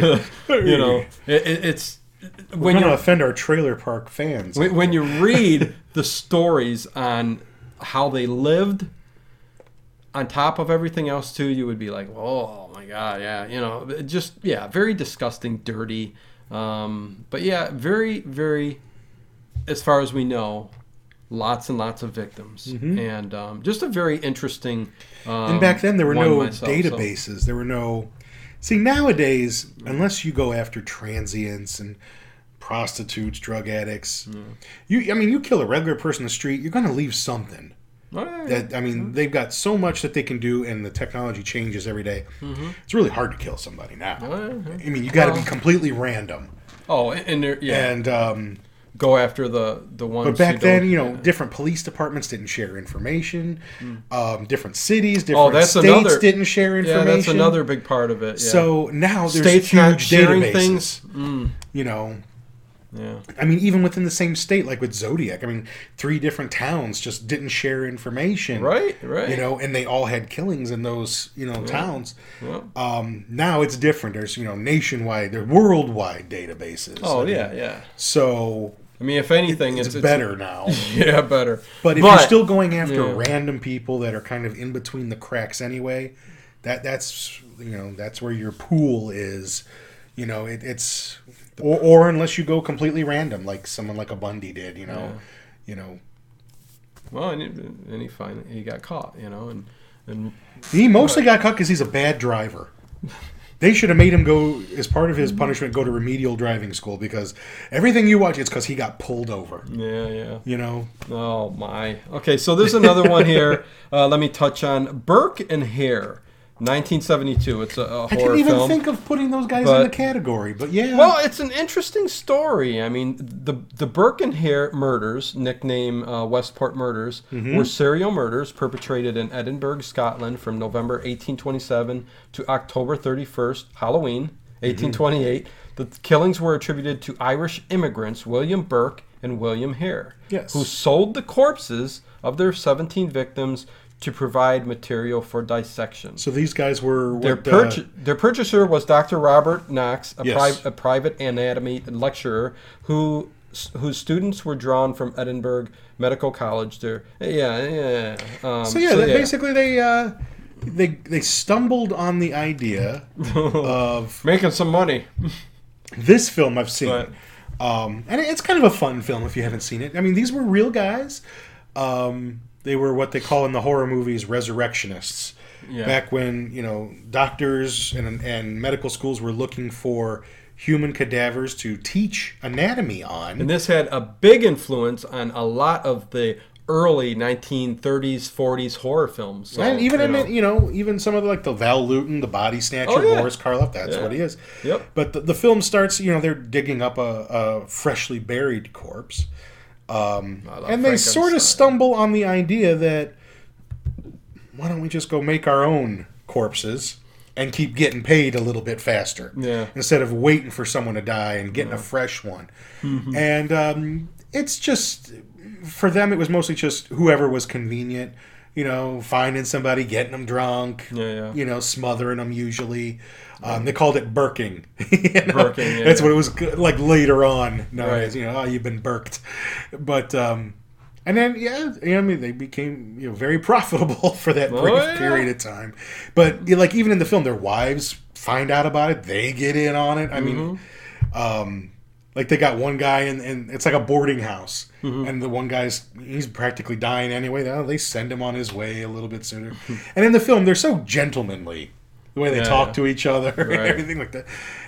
S1: [laughs] you know, it, it, it's when
S2: We're
S1: you
S2: gonna offend our trailer park fans.
S1: when, when you
S2: [laughs]
S1: read the stories on how they lived. On top of everything else, too, you would be like, "Oh my God, yeah, you know, it just yeah, very disgusting, dirty." Um, but yeah, very, very as far as we know, lots and lots of victims, and um, just a very interesting. Um,
S2: Mm-hmm. and back then, there were
S1: one
S2: no
S1: myself, so-
S2: databases. There were no. See, nowadays, unless you go after transients and prostitutes, drug addicts, you. I mean, you kill a regular person in the street, you're gonna leave something.
S1: Oh, yeah, yeah.
S2: That I mean, they've got so much that they can do, and the technology changes every day. It's really hard to kill somebody now. I mean, you got to be
S1: Well-
S2: completely random.
S1: oh, and, and there, yeah,
S2: And um,
S1: go after the the ones.
S2: But back
S1: who don't-
S2: then, you know, different police departments didn't share information. Um, different cities, different
S1: Hmm. Oh, that's
S2: states
S1: another-
S2: didn't share
S1: yeah,
S2: information.
S1: that's another big part of it. Yeah.
S2: So now there's
S1: States not
S2: huge
S1: sharing
S2: databases.
S1: things? Hmm.
S2: You know,
S1: yeah,
S2: I mean, even within the same state, like with Zodiac, I mean, three different towns just didn't share information.
S1: right, right.
S2: You know, and they all had killings in those, you know, towns.
S1: Yeah.
S2: Um, now it's different. There's, you know, nationwide, there worldwide databases.
S1: oh
S2: I mean,
S1: yeah, yeah.
S2: So
S1: I mean, if anything,
S2: it's,
S1: it's, it's-
S2: better now.
S1: [laughs] yeah, better.
S2: But if you're still going after
S1: Yeah.
S2: random people that are kind of in between the cracks anyway, that that's you know that's where your pool is. You know, it, it's or, or unless you go completely random, like someone like a Bundy did. You know,
S1: Yeah.
S2: you know
S1: well, and, he- and he finally he got caught, you know, and and
S2: he mostly got caught because he's a bad driver. They should have made him go as part of his punishment go to remedial driving school because everything you watch it's because he got pulled over.
S1: yeah, yeah.
S2: You know,
S1: Oh my. Okay, so there's another
S2: [laughs]
S1: one here. Uh, let me touch on Burke and Hare, 1972. It's a, a
S2: I
S1: horror
S2: didn't even
S1: film.
S2: think of putting those guys in
S1: But-
S2: the category, but yeah,
S1: well, it's an interesting story. I mean, the the Burke and Hare murders, nickname uh, Westport murders,
S2: Mm-hmm.
S1: were serial murders perpetrated in Edinburgh, Scotland, from November 1827 to October 31st, Halloween
S2: Mm-hmm.
S1: 1828. The killings were attributed to Irish immigrants William Burke and William Hare,
S2: Yes.
S1: who sold the corpses of their 17 victims to provide material for dissection.
S2: so these guys were
S1: Their,
S2: what, uh,
S1: purch- their purchaser was Dr. Robert Knox, a,
S2: Yes.
S1: pri- a private anatomy lecturer who whose students were drawn from Edinburgh Medical College. There, yeah, yeah. Um,
S2: So yeah, that basically they uh, they they stumbled on the
S1: [laughs]
S2: idea of
S1: Making some money.
S2: this film I've seen.
S1: Right.
S2: Um, and it- it's kind of a fun film if you haven't seen it. I mean, these were real guys. Um, they were what they call in the horror movies resurrectionists.
S1: Yeah.
S2: Back when you know doctors and and medical schools were looking for human cadavers to teach anatomy on.
S1: And this had a big influence on a lot of the early 1930s, 40s horror films. So,
S2: and even
S1: you
S2: in
S1: know,
S2: it, you know, even some of the, like the Val Luton, the Body Snatcher,
S1: Oh, yeah.
S2: Boris Karloff. That's
S1: Yeah.
S2: what he is.
S1: Yep.
S2: But the, the film starts. You know, they're digging up a, a freshly buried corpse,
S1: I love
S2: and they
S1: Frankenstein.
S2: sort of stumble on the idea that why don't we just go make our own corpses and keep getting paid a little bit faster,
S1: Yeah.
S2: instead of waiting for someone to die and getting a fresh one. And um, it's just for them, it was mostly just whoever was convenient. You know, finding somebody, getting them drunk,
S1: Yeah, yeah.
S2: you know, smothering them usually. Um, they called it [laughs] burking.
S1: Burking, yeah,
S2: That's
S1: yeah.
S2: what it was g- like later on. No,
S1: Right.
S2: you know, oh, you've been burked. But um, and then yeah, I mean, they became you know very [laughs] profitable for that
S1: Oh,
S2: brief
S1: yeah.
S2: period of time. But you know, like even in the film, their wives find out about it. They get in on it. I
S1: Mm-hmm.
S2: mean, um, like they got one guy and and it's like a boarding house,
S1: Mm-hmm.
S2: and the one guy's he's practically dying anyway. Now they send him on his way a little bit sooner. and in the film, they're so gentlemanly. The way they
S1: Yeah,
S2: talk
S1: yeah.
S2: to each other [laughs] and
S1: Right.
S2: everything like that.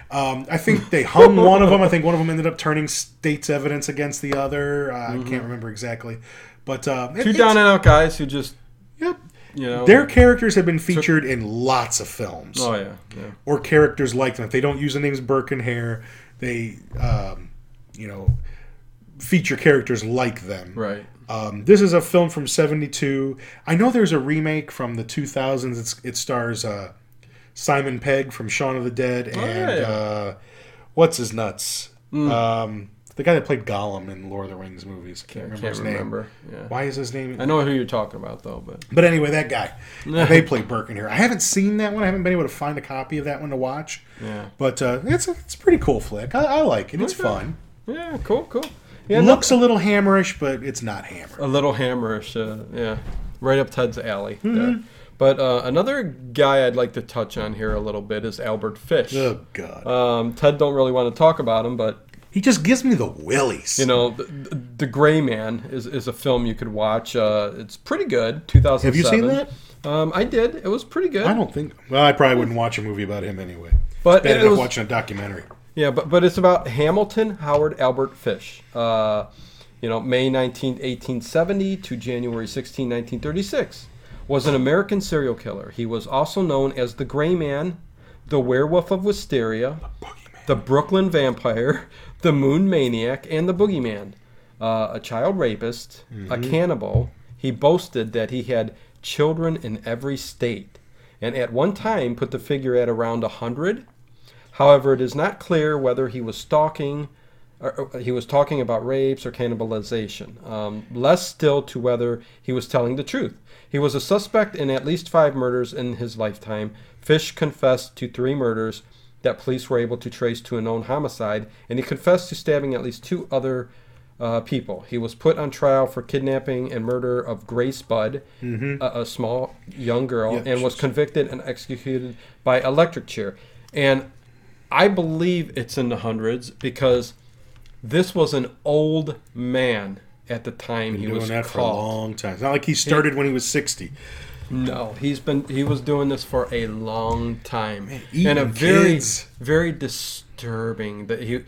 S2: Um, I think
S1: [laughs]
S2: they hung one of them. I think one of them ended up turning state's evidence against the other. Uh, I can't remember exactly, but um, it-
S1: Mm-hmm. Two
S2: it's-
S1: down and out guys who just,
S2: Yep.
S1: you know.
S2: Their characters have been featured in lots of films,
S1: Oh, yeah. yeah.
S2: or characters like them. If they don't use the names Burke and Hare, they, um, you know, feature characters like them.
S1: Right.
S2: Um, this is a film from '72. I know there's a remake from the 2000s. It's, it stars uh, Simon Pegg from Shaun of the Dead and
S1: Oh, yeah. Hmm.
S2: uh, what's his nuts, um, the guy that played Gollum in Lord of the Rings movies. Can't remember
S1: Can't
S2: his
S1: remember.
S2: name.
S1: Yeah.
S2: Why is his name?
S1: I know who you're talking about, though, but.
S2: But anyway, that
S1: [laughs]
S2: guy. they play Burke in here. I haven't seen that one. I haven't been able to find a copy of that one to watch.
S1: Yeah.
S2: But uh, it's a, it's a pretty cool flick. I, I like it. It's
S1: Okay.
S2: fun.
S1: Yeah, cool, cool. Yeah, no-
S2: Looks a little hammerish, but it's not hammer.
S1: a little hammerish. Uh, yeah, right up Ted's alley.
S2: Mm-hmm.
S1: there. But uh, another guy I'd like to touch on here a little bit is Albert Fish.
S2: Oh god.
S1: Um, Ted don't really want to talk about him, but
S2: He just gives me the willies.
S1: you know, the, the, The Gray Man is, is a film you could watch. Uh, it's pretty good. Two thousand.
S2: Have you seen that?
S1: Um, I did. It was pretty good.
S2: I don't think. Well, I probably wouldn't watch a movie about him anyway.
S1: But
S2: Bad
S1: it
S2: enough
S1: was-
S2: watching a documentary.
S1: Yeah, but but it's about Hamilton Howard Albert Fish. Uh, you know, May 19, 1870 to January 16, 1936. Was an American serial killer. He was also known as the Gray Man, the Werewolf of Wisteria,
S2: Boogeyman.
S1: the Brooklyn Vampire, the Moon Maniac, and the Boogeyman. Uh, a child rapist, a cannibal. He boasted that he had children in every state, and at one time put the figure at around a hundred. However, it is not clear whether he was stalking, or, or he was talking about rapes or cannibalization. Um, less still to whether he was telling the truth. He was a suspect in at least five murders in his lifetime. Fish confessed to three murders that police were able to trace to a known homicide, and he confessed to stabbing at least two other uh, people. He was put on trial for kidnapping and murder of Grace Budd, a, a small young girl,
S2: Yeah,
S1: and was convicted and executed by electric chair. And I believe it's in the hundreds because this was an old man at the time he
S2: Doing
S1: was
S2: that for a
S1: caught.
S2: long time. It's not like he started when he was sixty.
S1: No, he's been he was doing this for a long time,
S2: eating
S1: and a very
S2: kids.
S1: very disturbing that he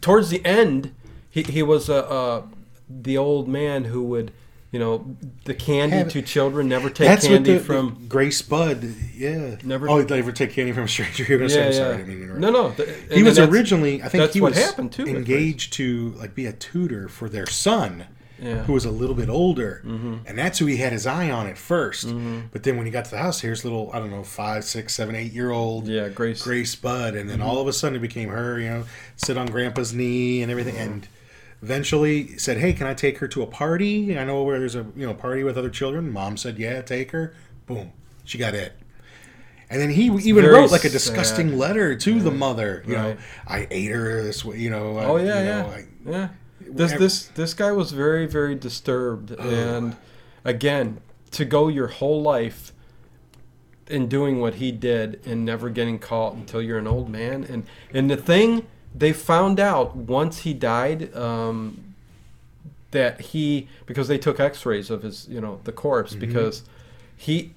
S1: towards the end he, he was a, a the old man who would you know the candy
S2: Have-
S1: to children never take
S2: That's what
S1: candy
S2: the,
S1: from
S2: the Grace Bud. Yeah.
S1: Never-
S2: Oh, never take candy from a stranger. I'm
S1: yeah
S2: sorry,
S1: yeah
S2: sorry, I didn't mean to interrupt.
S1: no no th-
S2: he
S1: and-
S2: was
S1: and that's-
S2: originally i think
S1: that's
S2: he
S1: what
S2: was
S1: happened, too, with Grace.
S2: engaged to like be a tutor for their
S1: Yeah.
S2: son
S1: Mm-hmm.
S2: who was a little bit older and that's who he had his eye on at 1st but then when he got to the house here's little i don't know five six seven eight year old
S1: yeah Mm-hmm. Grace
S2: grace bud and then all of a sudden it became her you know sit on grandpa's knee and everything
S1: Mm-hmm.
S2: and eventually said hey can i take her to a party i know where there's a you know party with other children mom said yeah take her boom she got it and then he even
S1: very
S2: wrote like a
S1: sad.
S2: disgusting letter to the mother. You
S1: Right.
S2: know, I ate her this way. You know, I,
S1: Oh yeah,
S2: you
S1: yeah,
S2: know, I,
S1: yeah. This
S2: ev- Oh,
S1: this this guy was very very disturbed, and again, to go your whole life and doing what he did and never getting caught until you're an old man. And and the thing they found out once he died um, that he because they took X-rays of his you know the corpse
S2: Mm-hmm.
S1: because he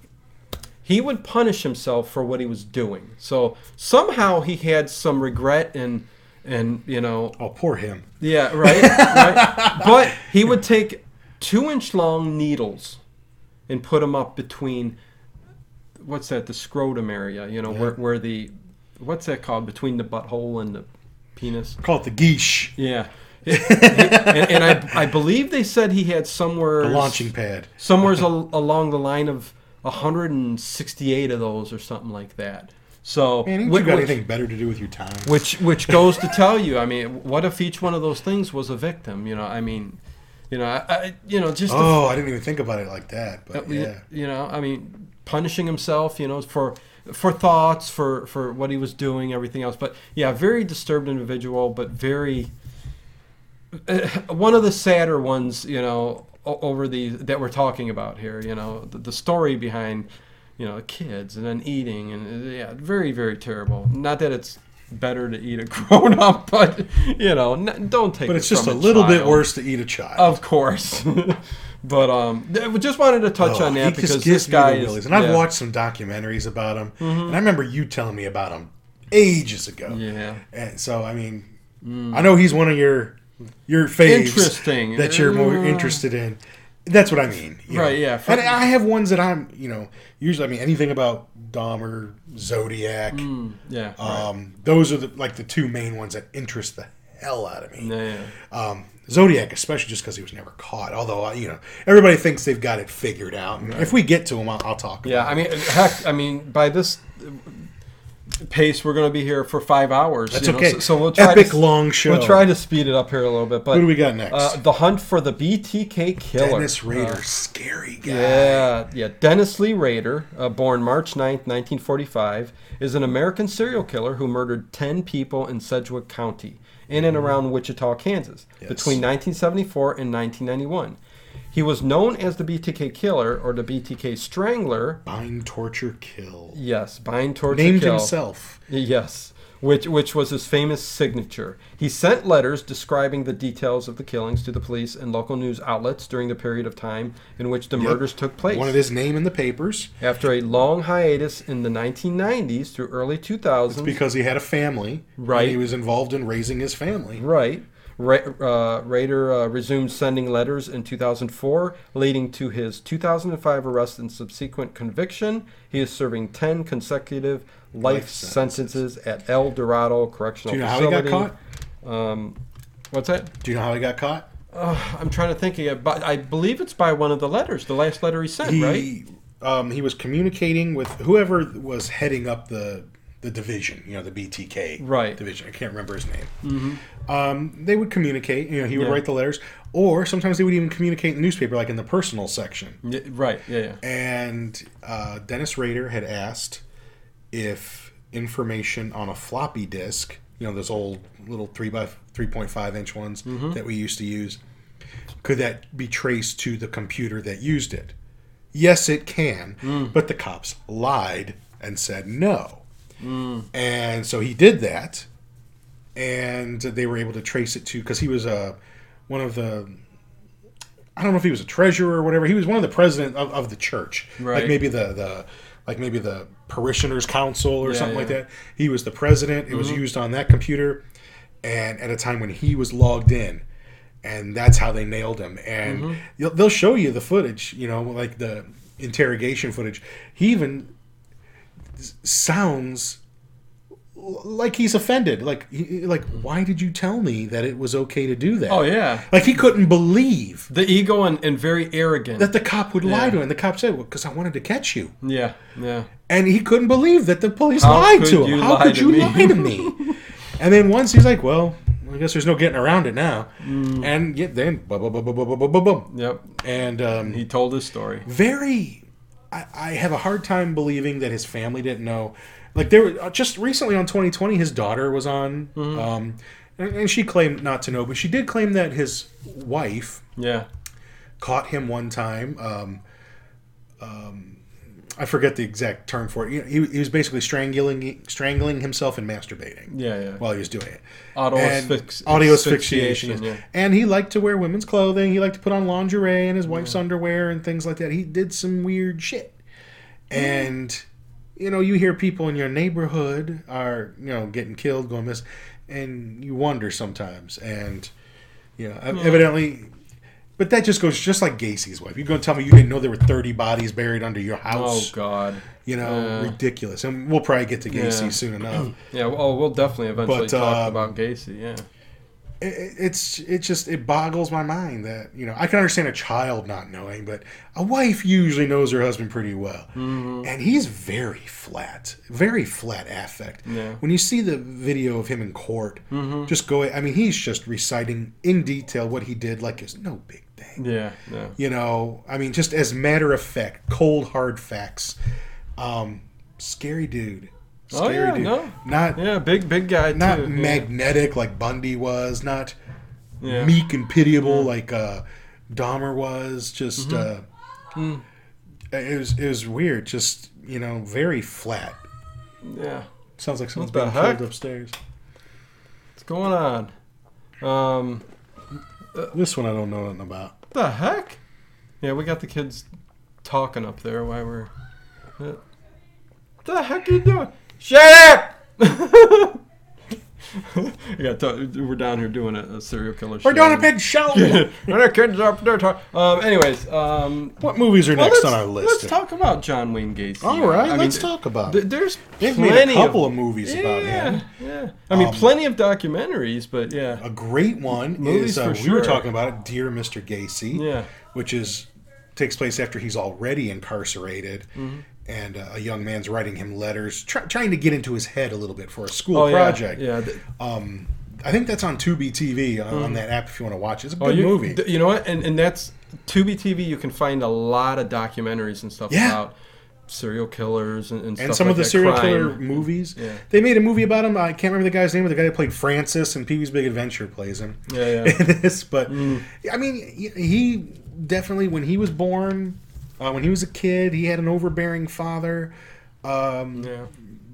S1: he would punish himself for what he was doing. So somehow he had some regret and and you know
S2: Oh, poor him.
S1: yeah, right. right. But he would take two inch long needles and put them up between what's that? The scrotum area, you know, where where the what's that called between the butthole and the penis?
S2: Call it the geesh, [laughs]
S1: Yeah. and, and I, I believe they said he had somewhere
S2: the launching pad.
S1: somewhere's al- along the line of 168 of those or something like that. So
S2: Man, ain't
S1: whi-
S2: you got
S1: which-
S2: anything better to do with your time?
S1: which which goes to tell you i mean what if each one of those things was a victim you know i mean you know i, I you know just the-
S2: Oh, I didn't even think about it like that. But
S1: uh,
S2: yeah,
S1: you know i mean punishing himself you know for for thoughts for for what he was doing everything else but yeah very disturbed individual but very [sighs] one of the sadder ones you know o- over the that we're talking about here you know the, the story behind you know kids and then eating and uh, yeah very very terrible not that it's better to eat a [laughs] grown up but you know n- don't take
S2: but
S1: it
S2: it's just a
S1: from
S2: little bit
S1: child.
S2: worse to eat a child.
S1: Of
S2: [laughs]
S1: course. but um, th- we just wanted to touch
S2: Oh,
S1: on
S2: he
S1: that
S2: just
S1: because
S2: gives
S1: this guy
S2: me the
S1: is.
S2: willies. And I've
S1: yeah, Mm-hmm.
S2: watched some documentaries about him, and I remember you telling me about him ages ago.
S1: Yeah. Mm.
S2: And so I mean, I know he's one of your your faves
S1: Interesting.
S2: that you're more
S1: Uh,
S2: interested in. That's what I mean. you
S1: Right,
S2: know.
S1: yeah, for-
S2: and I have ones that I'm, you know, usually I mean anything about Dahmer, Zodiac.
S1: Mm, yeah. right.
S2: Um, those are the, like the two main ones that interest the hell out of me.
S1: Yeah, yeah.
S2: Um, Zodiac, especially just because he was never caught. Although I- you know, everybody thinks they've got it figured out. And If we get to him, I'll, I'll talk.
S1: Yeah,
S2: about
S1: I mean, heck, I mean, by this uh, pace, we're going to be here for five hours.
S2: that's
S1: you know,
S2: okay.
S1: So, so we'll try
S2: epic
S1: to,
S2: long show.
S1: We'll try to speed it up here a little bit. But
S2: Who do we got next?
S1: Uh, the hunt for the BTK killer.
S2: Dennis Rader,
S1: Uh,
S2: scary guy.
S1: Yeah, yeah. Dennis Lee Rader, uh, born March 9th, 1945, is an American serial killer who murdered 10 people in Sedgwick County, in and around Wichita, Kansas,
S2: Mm-hmm. Yes.
S1: between 1974 and 1991. He was known as the BTK Killer or the BTK Strangler.
S2: Bind, torture, kill.
S1: Yes, bind, torture,
S2: Named
S1: kill.
S2: himself.
S1: Yes, which which was his famous signature. He sent letters describing the details of the killings to the police and local news outlets during the period of time in which the murders took place.
S2: Wanted his name in the papers
S1: After a long hiatus in the 1990s through early 2000s,
S2: because he had a family. and
S1: Right.
S2: he was involved in raising his family.
S1: right, Ra- uh, Rader uh, resumed sending letters in 2004, leading to his 2005 arrest and subsequent conviction. He is serving 10 consecutive life,
S2: Life
S1: sentences. at El Dorado Correctional
S2: Do you know how he
S1: Facility.
S2: got caught?
S1: Um, what's that?
S2: Do you know how he got caught?
S1: Uh, I'm trying to think. Of, but I believe it's by one of the letters, the last letter he sent,
S2: he,
S1: right?
S2: um, he was communicating with whoever was heading up the the division, you know, the BTK
S1: Right. Mm-hmm.
S2: division. I can't remember his name. Um, they would communicate. You know, he would
S1: Yeah.
S2: write the letters, or sometimes they would even communicate in the newspaper, like in the personal section.
S1: Yeah, right. Yeah. Yeah.
S2: And uh, Dennis Rader had asked if information on a floppy disk, you know, those old little three by three point five inch ones
S1: Mm-hmm.
S2: that we used to use, could that be traced to the computer that used it? Yes, it can. But the cops lied and said no. And so he did that, and they were able to trace it to because he was a one of the. I don't know if he was a treasurer or whatever. He was one of the president of, of the church, like
S1: Right.
S2: maybe the the like maybe the parishioners council or
S1: Yeah,
S2: something like
S1: yeah. Mm-hmm.
S2: that. He was the president. It was used on that computer, and at a time when he was logged in, and that's how they nailed him. And
S1: Mm-hmm.
S2: you'll- they'll show you the footage, you know, like the interrogation footage. He even s- sounds l- like he's offended. Like, he, like, why did you tell me that it was okay to do that?
S1: Oh yeah.
S2: Like he couldn't believe
S1: The ego and, and very arrogant.
S2: that the cop would lie
S1: Yeah.
S2: to him. The cop said, "Well, because I wanted to catch you."
S1: yeah. Yeah.
S2: and he couldn't believe that the police
S1: How
S2: lied
S1: could
S2: to him.
S1: you
S2: How
S1: lie
S2: could
S1: to
S2: you
S1: me?
S2: lie
S1: [laughs]
S2: to me? and then once he's like, well, I guess there's no getting around it now.
S1: Mm.
S2: And yet then, bum, bum, bum, bum, bum, bum, bum, bum.
S1: Yep.
S2: and um,
S1: He told his story.
S2: very, I, I have a hard time believing that his family didn't know. Like there were uh, just recently on 2020, his daughter was on,
S1: Mm-hmm.
S2: um, and, and she claimed not to know, but she did claim that his wife
S1: Yeah.
S2: caught him one time. Um, um, I forget the exact term for it. You know, He, he was basically strangling strangling himself and masturbating
S1: Yeah, yeah.
S2: while he was doing it.
S1: auto
S2: And
S1: asphyx-
S2: audio asphyxiation. yes.
S1: yeah.
S2: And he liked to wear women's clothing. He liked to put on lingerie and his wife's underwear and things like that. He did some weird shit. And you know, you hear people in your neighborhood are you know getting killed, going miss, and you wonder sometimes. And you know, evidently. But that just goes just like Gacy's wife. You're going to tell me you didn't know there were 30 bodies buried under your
S1: Oh
S2: house?
S1: God.
S2: you know,
S1: Yeah.
S2: ridiculous. And we'll probably get to Gacy
S1: Yeah.
S2: soon enough.
S1: Yeah. well, Oh, we'll definitely eventually
S2: But,
S1: talk
S2: um,
S1: about Gacy. Yeah.
S2: it, it- it's it just it boggles my mind that you know I can understand a child not knowing, but a wife usually knows her husband pretty well,
S1: Mm-hmm.
S2: and he's very flat, very flat affect.
S1: Yeah. Mm-hmm.
S2: When you see the video of him in court, just go. I mean, he's just reciting in detail what he did, like it's no big thing.
S1: Yeah. Yeah.
S2: You know, I mean, just as matter of fact, cold hard facts. Um, scary dude.
S1: Oh,
S2: Scary
S1: yeah,
S2: dude.
S1: no.
S2: Not
S1: Yeah. Big big guy
S2: not
S1: too. yeah.
S2: magnetic like Bundy was. Not
S1: yeah. Mm.
S2: meek and pitiable like uh, Dahmer was. Just
S1: Mm-hmm. Mm.
S2: uh, it was it was weird. Just you know, very flat.
S1: Yeah.
S2: Sounds like someone's
S1: What
S2: being
S1: the
S2: killed
S1: heck?
S2: upstairs.
S1: What's going on? Um.
S2: This one I don't know nothing about.
S1: What the heck? Yeah, we got the kids talking up there while we're. What the heck are you doing? [laughs] Shut up! I got to, we're down here doing a, a serial killer.
S2: We're doing a
S1: show.
S2: big
S1: [laughs]
S2: show.
S1: and our kids are up there talking. Um, anyways, um,
S2: what movies are
S1: well,
S2: next
S1: let's-
S2: on our list?
S1: Let's talk about John Wayne Gacy.
S2: All right,
S1: I mean,
S2: let's talk about.
S1: th-
S2: it.
S1: there's
S2: They've
S1: plenty
S2: made a couple
S1: of
S2: of, movies about
S1: yeah,
S2: him.
S1: yeah. I mean,
S2: Um,
S1: plenty of documentaries, but yeah,
S2: A great one
S1: Movies
S2: is uh,
S1: for
S2: we
S1: sure.
S2: were talking about it, Dear Mr. Gacy.
S1: yeah,
S2: which is takes place after he's already incarcerated,
S1: Mm-hmm.
S2: and uh, a young man's writing him letters, try, trying to get into his head a little bit for a school
S1: oh, yeah,
S2: project.
S1: Yeah, th-
S2: Um, I think that's on Tubi TV on, on that app if you want to watch it. It's a good
S1: Oh, you,
S2: movie.
S1: th- you know what? And and that's Tubi TV. You can find a lot of documentaries and stuff
S2: Yeah.
S1: about serial killers and, and,
S2: and
S1: stuff
S2: some
S1: like
S2: of the
S1: that,
S2: serial
S1: crime.
S2: killer movies.
S1: Yeah.
S2: They made a movie about him. I can't remember the guy's name, but the guy that played Francis in Pee Wee's Big Adventure plays him.
S1: Yeah, Hmm. yeah.
S2: [laughs] in this, but I mean, he- he definitely when he was born, uh, when he was a kid, he had an overbearing father. Um,
S1: yeah,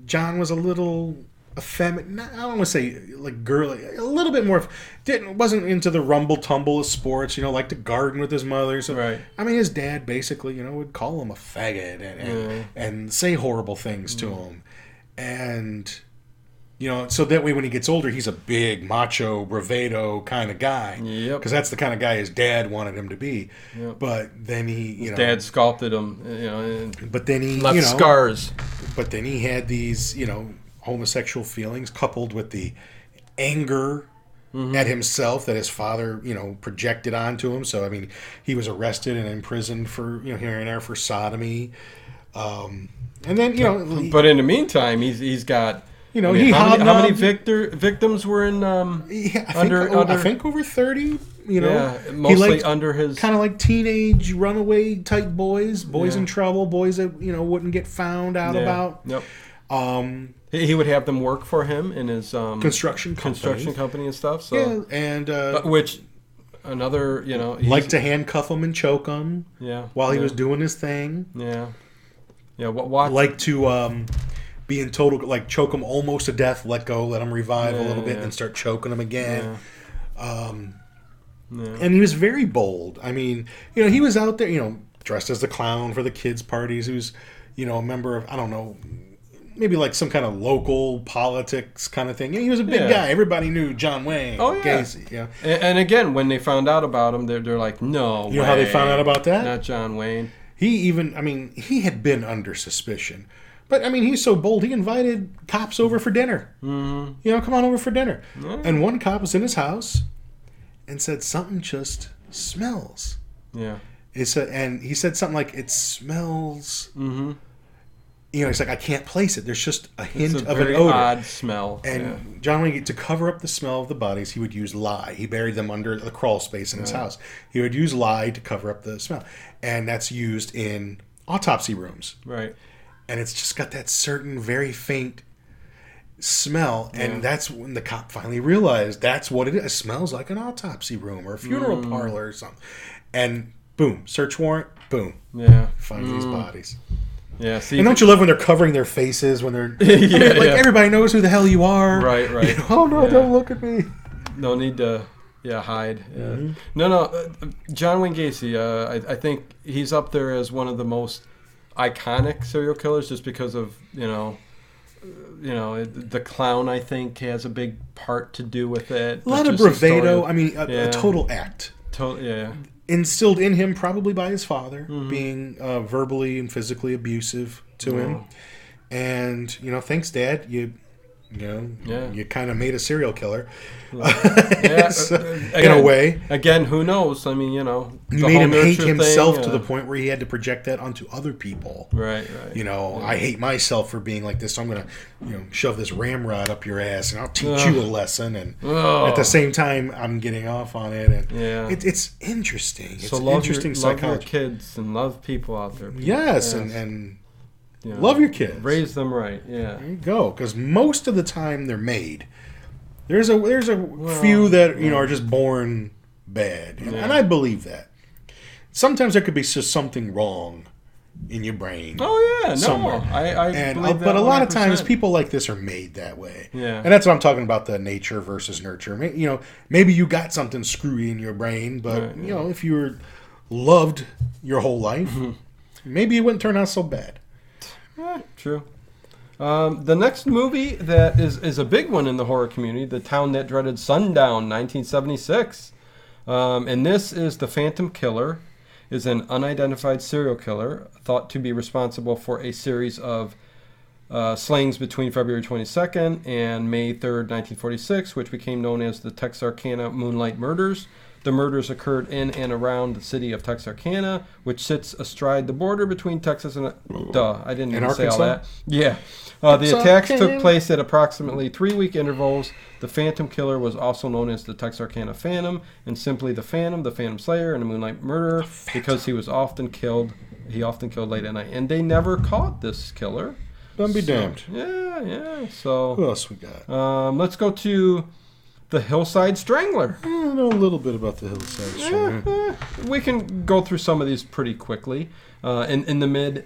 S2: John was a little effeminate. I don't want to say like girly, a little bit more. Didn't wasn't into the rumble tumble of sports. You know, like to garden with his mother. So
S1: Right.
S2: I mean, his dad basically, you know, would call him a faggot and and,
S1: Yeah. Mm.
S2: and say horrible things to him, and you know, so that way when he gets older, he's a big macho bravado kind of guy.
S1: Yep.
S2: Because that's the kind of guy his dad wanted him to be.
S1: Yep.
S2: But then he, you know,
S1: Dad sculpted him, you know, and
S2: But then he
S1: left
S2: you know,
S1: scars.
S2: but then he had these you know homosexual feelings coupled with the anger
S1: Mm-hmm.
S2: at himself that his father you know projected onto him so i mean he was arrested and imprisoned for you know here and there for sodomy um and then you know he-
S1: But in the meantime, he's he's got
S2: you know
S1: I mean,
S2: he
S1: how, many, how many
S2: hobnobbed-
S1: victor victims were in? Um,
S2: he- I, think,
S1: under-
S2: oh, I
S1: under-
S2: think over 30 you know
S1: yeah,
S2: He
S1: mostly
S2: liked-
S1: under his.
S2: kind of like teenage runaway type boys boys
S1: Yeah.
S2: in trouble boys that you know wouldn't get found out
S1: yeah,
S2: about
S1: Yep.
S2: um
S1: He, he would have them work for him in his um,
S2: construction companies.
S1: construction company and stuff. So,
S2: yeah and uh,
S1: But which another, you know, he's-
S2: like to handcuff him and choke him
S1: yeah,
S2: while he
S1: yeah.
S2: was doing his thing.
S1: Yeah. Yeah. What? Watch.
S2: Like to um, be in total, like choke him almost to death, let go, let him revive a
S1: Yeah,
S2: little bit,
S1: yeah.
S2: and then start choking him again.
S1: yeah. Um. Yeah.
S2: And he was very bold. I mean, you know, he was out there, you know, dressed as the clown for the kids' parties. He was, you know, a member of, I don't know, maybe like some kind of local politics kind of thing. You know, he was a big
S1: Yeah.
S2: guy. Everybody knew Johon Wayne.
S1: Oh, yeah.
S2: Gacy, you know.
S1: And, and again, when they found out about him, they're, they're like, no.
S2: You know how they
S1: way.
S2: found out about that?
S1: Not John Wayne.
S2: He even, I mean, he had been under suspicion. But I mean, he's so bold. He invited cops over for dinner.
S1: Mm-hmm.
S2: You know, come on over for dinner.
S1: Yeah.
S2: And one cop was in his house and said something just smells.
S1: Yeah.
S2: He said, and he said something like, "It smells."
S1: Mm-hmm.
S2: You know, he's like, "I can't place it. There's just a hint
S1: It's a
S2: of
S1: very
S2: an odor."
S1: odd smell.
S2: And
S1: yeah.
S2: John Wayne, to cover up the smell of the bodies, he would use lye. He buried them under the crawl space in his house. He would use lye to cover up the smell, and that's used in autopsy rooms.
S1: Right.
S2: and it's just got that certain very faint smell and
S1: Yeah.
S2: that's when the cop finally realized that's what it is it smells like an autopsy room or a funeral
S1: Mm.
S2: parlor or something and boom search warrant boom
S1: Yeah.
S2: find these bodies
S1: Yeah, see,
S2: And don't you love when they're covering their faces when
S1: [laughs]
S2: they're
S1: Yeah,
S2: like
S1: yeah.
S2: everybody knows who the hell you are.
S1: Right, right.
S2: [laughs] You know, oh no,
S1: Yeah.
S2: don't look at me.
S1: no need to yeah hide yeah.
S2: Mm-hmm.
S1: no no uh, john wayne gacy uh, I, I think he's up there as one of the most iconic serial killers just because of you know uh, you know it- the clown i think has a big part to do with it
S2: A lot of
S1: Just the story
S2: bravado. I mean, a,
S1: Yeah.
S2: a total act
S1: to- yeah
S2: instilled in him probably by his father,
S1: Mm-hmm.
S2: being uh, verbally and physically abusive to him. And you know, thanks, Dad. You, you know,
S1: Yeah.
S2: you kind of made a serial killer [laughs]
S1: Yeah,
S2: So,
S1: uh, uh,
S2: in a
S1: again-
S2: way.
S1: again who knows i mean you know
S2: You
S1: the
S2: made
S1: whole
S2: him hate
S1: nurture
S2: himself
S1: thing,
S2: to the
S1: uh,
S2: point where he had to project that onto other people.
S1: right right
S2: You know, I hate myself for being like this, so I'm gonna, you know, shove this ramrod up your ass, and I'll teach you a lesson. And
S1: Ugh.
S2: at the same time, I'm getting off on it, and
S1: Oh. Yeah.
S2: it, it's interesting. It's
S1: so love
S2: interesting
S1: your, love your
S2: psychology.
S1: kids and love people out there people.
S2: yes,
S1: Yeah,
S2: and and
S1: you know,
S2: love your kids.
S1: raise them right yeah
S2: There you go, because most of the time they're made. There's a there's a few that you know are just born bad, and, and I believe that. Sometimes there could be just something wrong in your brain.
S1: Oh yeah, no,
S2: somewhere.
S1: I, I
S2: and uh,
S1: believe that
S2: but a lot of
S1: 100%.
S2: times people like this are made that way
S1: Yeah.
S2: and that's what i'm talking about the nature versus nurture May- you know maybe you got something screwy in your brain but
S1: Right,
S2: you know if you were loved your whole life
S1: Mm-hmm.
S2: maybe it wouldn't turn out so bad
S1: Eh, true. Um, the next movie that is is a big one in the horror community, The Town That Dreaded Sundown, 1976, um, and this is the Phantom Killer, is an unidentified serial killer thought to be responsible for a series of uh, slayings between February 22nd and May 3rd, 1946, which became known as the Texarkana Moonlight Murders. The murders occurred in and around the city of Texarkana, which sits astride the border between Texas and. Duh, I didn't
S2: In
S1: even say all
S2: Arkansas?
S1: that. Yeah. Uh, the attacks took
S2: Texarkana.
S1: place at approximately three week intervals. The Phantom Killer was also known as the Texarkana Phantom, and simply the Phantom, the Phantom Slayer, and the Moonlight Murderer, because he was often killed. He often killed late at night, and they never caught this killer.
S2: don't be
S1: So-
S2: damned
S1: Yeah, yeah. So
S2: who else we got
S1: um, let's go to the Hillside Strangler.
S2: Eh, I know a little bit about the hillside
S1: Eh,
S2: Strangler.
S1: eh, we can go through some of these pretty quickly. Uh, in in the mid,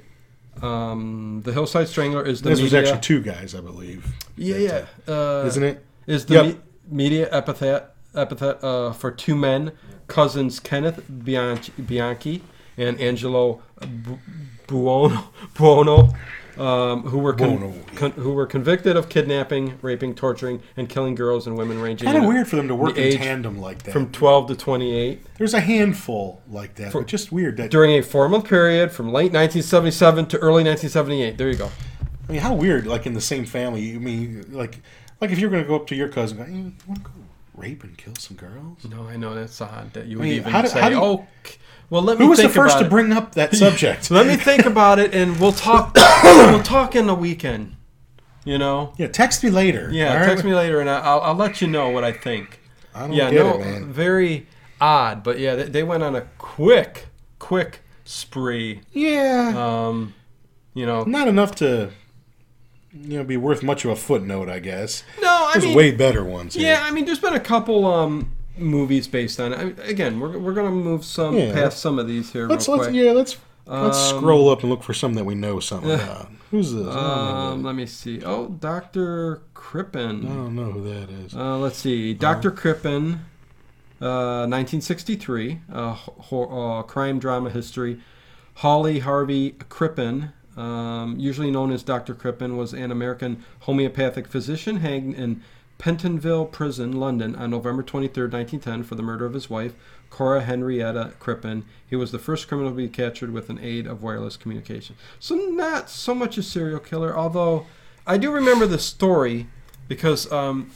S1: um, the Hillside Strangler is the
S2: this was
S1: media.
S2: actually two guys i believe
S1: yeah, yeah. Uh,
S2: isn't it
S1: is the
S2: Yep.
S1: me- media epithet epithet uh, for two men, cousins Kenneth Bianchi, Bianchi and Angelo Bu- Buono, Buono um, who were con-
S2: Buono, yeah.
S1: con- who were convicted of kidnapping, raping, torturing, and killing girls and women ranging
S2: kind of
S1: in-
S2: weird for them to work
S1: the
S2: in
S1: age
S2: tandem like that
S1: from 12 to 28
S2: there's a handful like that but just weird that
S1: during a four-month period from late 1977 to early 1978. There you go.
S2: I mean, how weird! Like in the same family, you mean like, like if you're going to go up to your cousin, and go, hey, want to go rape and kill some girls?
S1: No, I know that's odd that you would
S2: mean,
S1: even
S2: how do-
S1: say.
S2: how do you-
S1: oh, k- well, let me.
S2: Who was the
S1: think
S2: first
S1: about
S2: to
S1: it."
S2: bring
S1: [laughs]
S2: up that subject?
S1: Let me think about it, and we'll
S2: [coughs]
S1: talk. we'll talk in the weekend. You know.
S2: [laughs] yeah, text me later.
S1: Yeah.
S2: all right?
S1: Text me later, and I- I'll, I'll let you know what I think.
S2: I don't
S1: Yeah.
S2: get
S1: No.
S2: it, man.
S1: Very odd, but yeah, they, they went on a quick, quick spree.
S2: Yeah,
S1: Um, you know. No,
S2: not enough to, you know, be worth much of a footnote, I guess.
S1: I
S2: There's
S1: mean,
S2: way better ones. here.
S1: yeah, I mean, there's been a couple um movies based on it. I mean, again, we're, we're gonna move some
S2: Yeah.
S1: past some of these here.
S2: Let's
S1: real
S2: let's
S1: quick.
S2: yeah let's let's
S1: Um,
S2: scroll up and look for some that we know something about. Who's this? I,
S1: Um,
S2: don't know
S1: let me see. Oh, Doctor Crippen.
S2: who that- I don't know who that is.
S1: Uh, let's see. Dr. Crippen, uh, 1963, uh, ho- uh, crime drama history. Holly Harvey Crippen, um, usually known as Dr. Crippen, was an American homeopathic physician hanged in Pentonville Prison, London, on November 23, 1910, for the murder of his wife, Cora Henrietta Crippen. He was the first criminal to be captured with an aid of wireless communication. So, not so much a serial killer, although I do remember the story because um,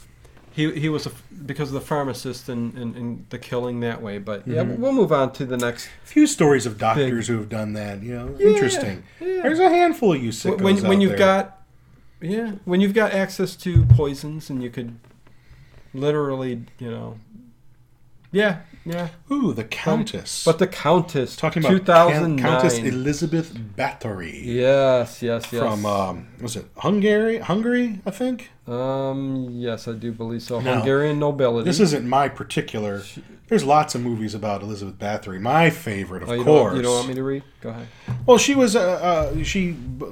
S1: he he was a, because of the pharmacist and, and, and the killing that way. But yeah,
S2: Mm-hmm.
S1: we'll move on to the next.
S2: few stories of doctors who have done that. You know, interesting.
S1: yeah.
S2: There's a handful of you sickos
S1: when when
S2: out
S1: you've
S2: there.
S1: got yeah when you've got access to poisons and you could literally you know yeah Yeah.
S2: Ooh, the Countess.
S1: But the Countess.
S2: talking about
S1: 2009.
S2: Countess Elizabeth Bathory
S1: Yes, yes, yes.
S2: from um, was it Hungary? Hungary, I think.
S1: um, yes, I do believe so.
S2: No.
S1: Hungarian nobility.
S2: This isn't my particular. There's lots of movies about Elizabeth Bathory. My favorite, of
S1: Oh, you don't
S2: course.
S1: want- you don't want me to read? Go ahead.
S2: Well, she was. Uh, uh, she b-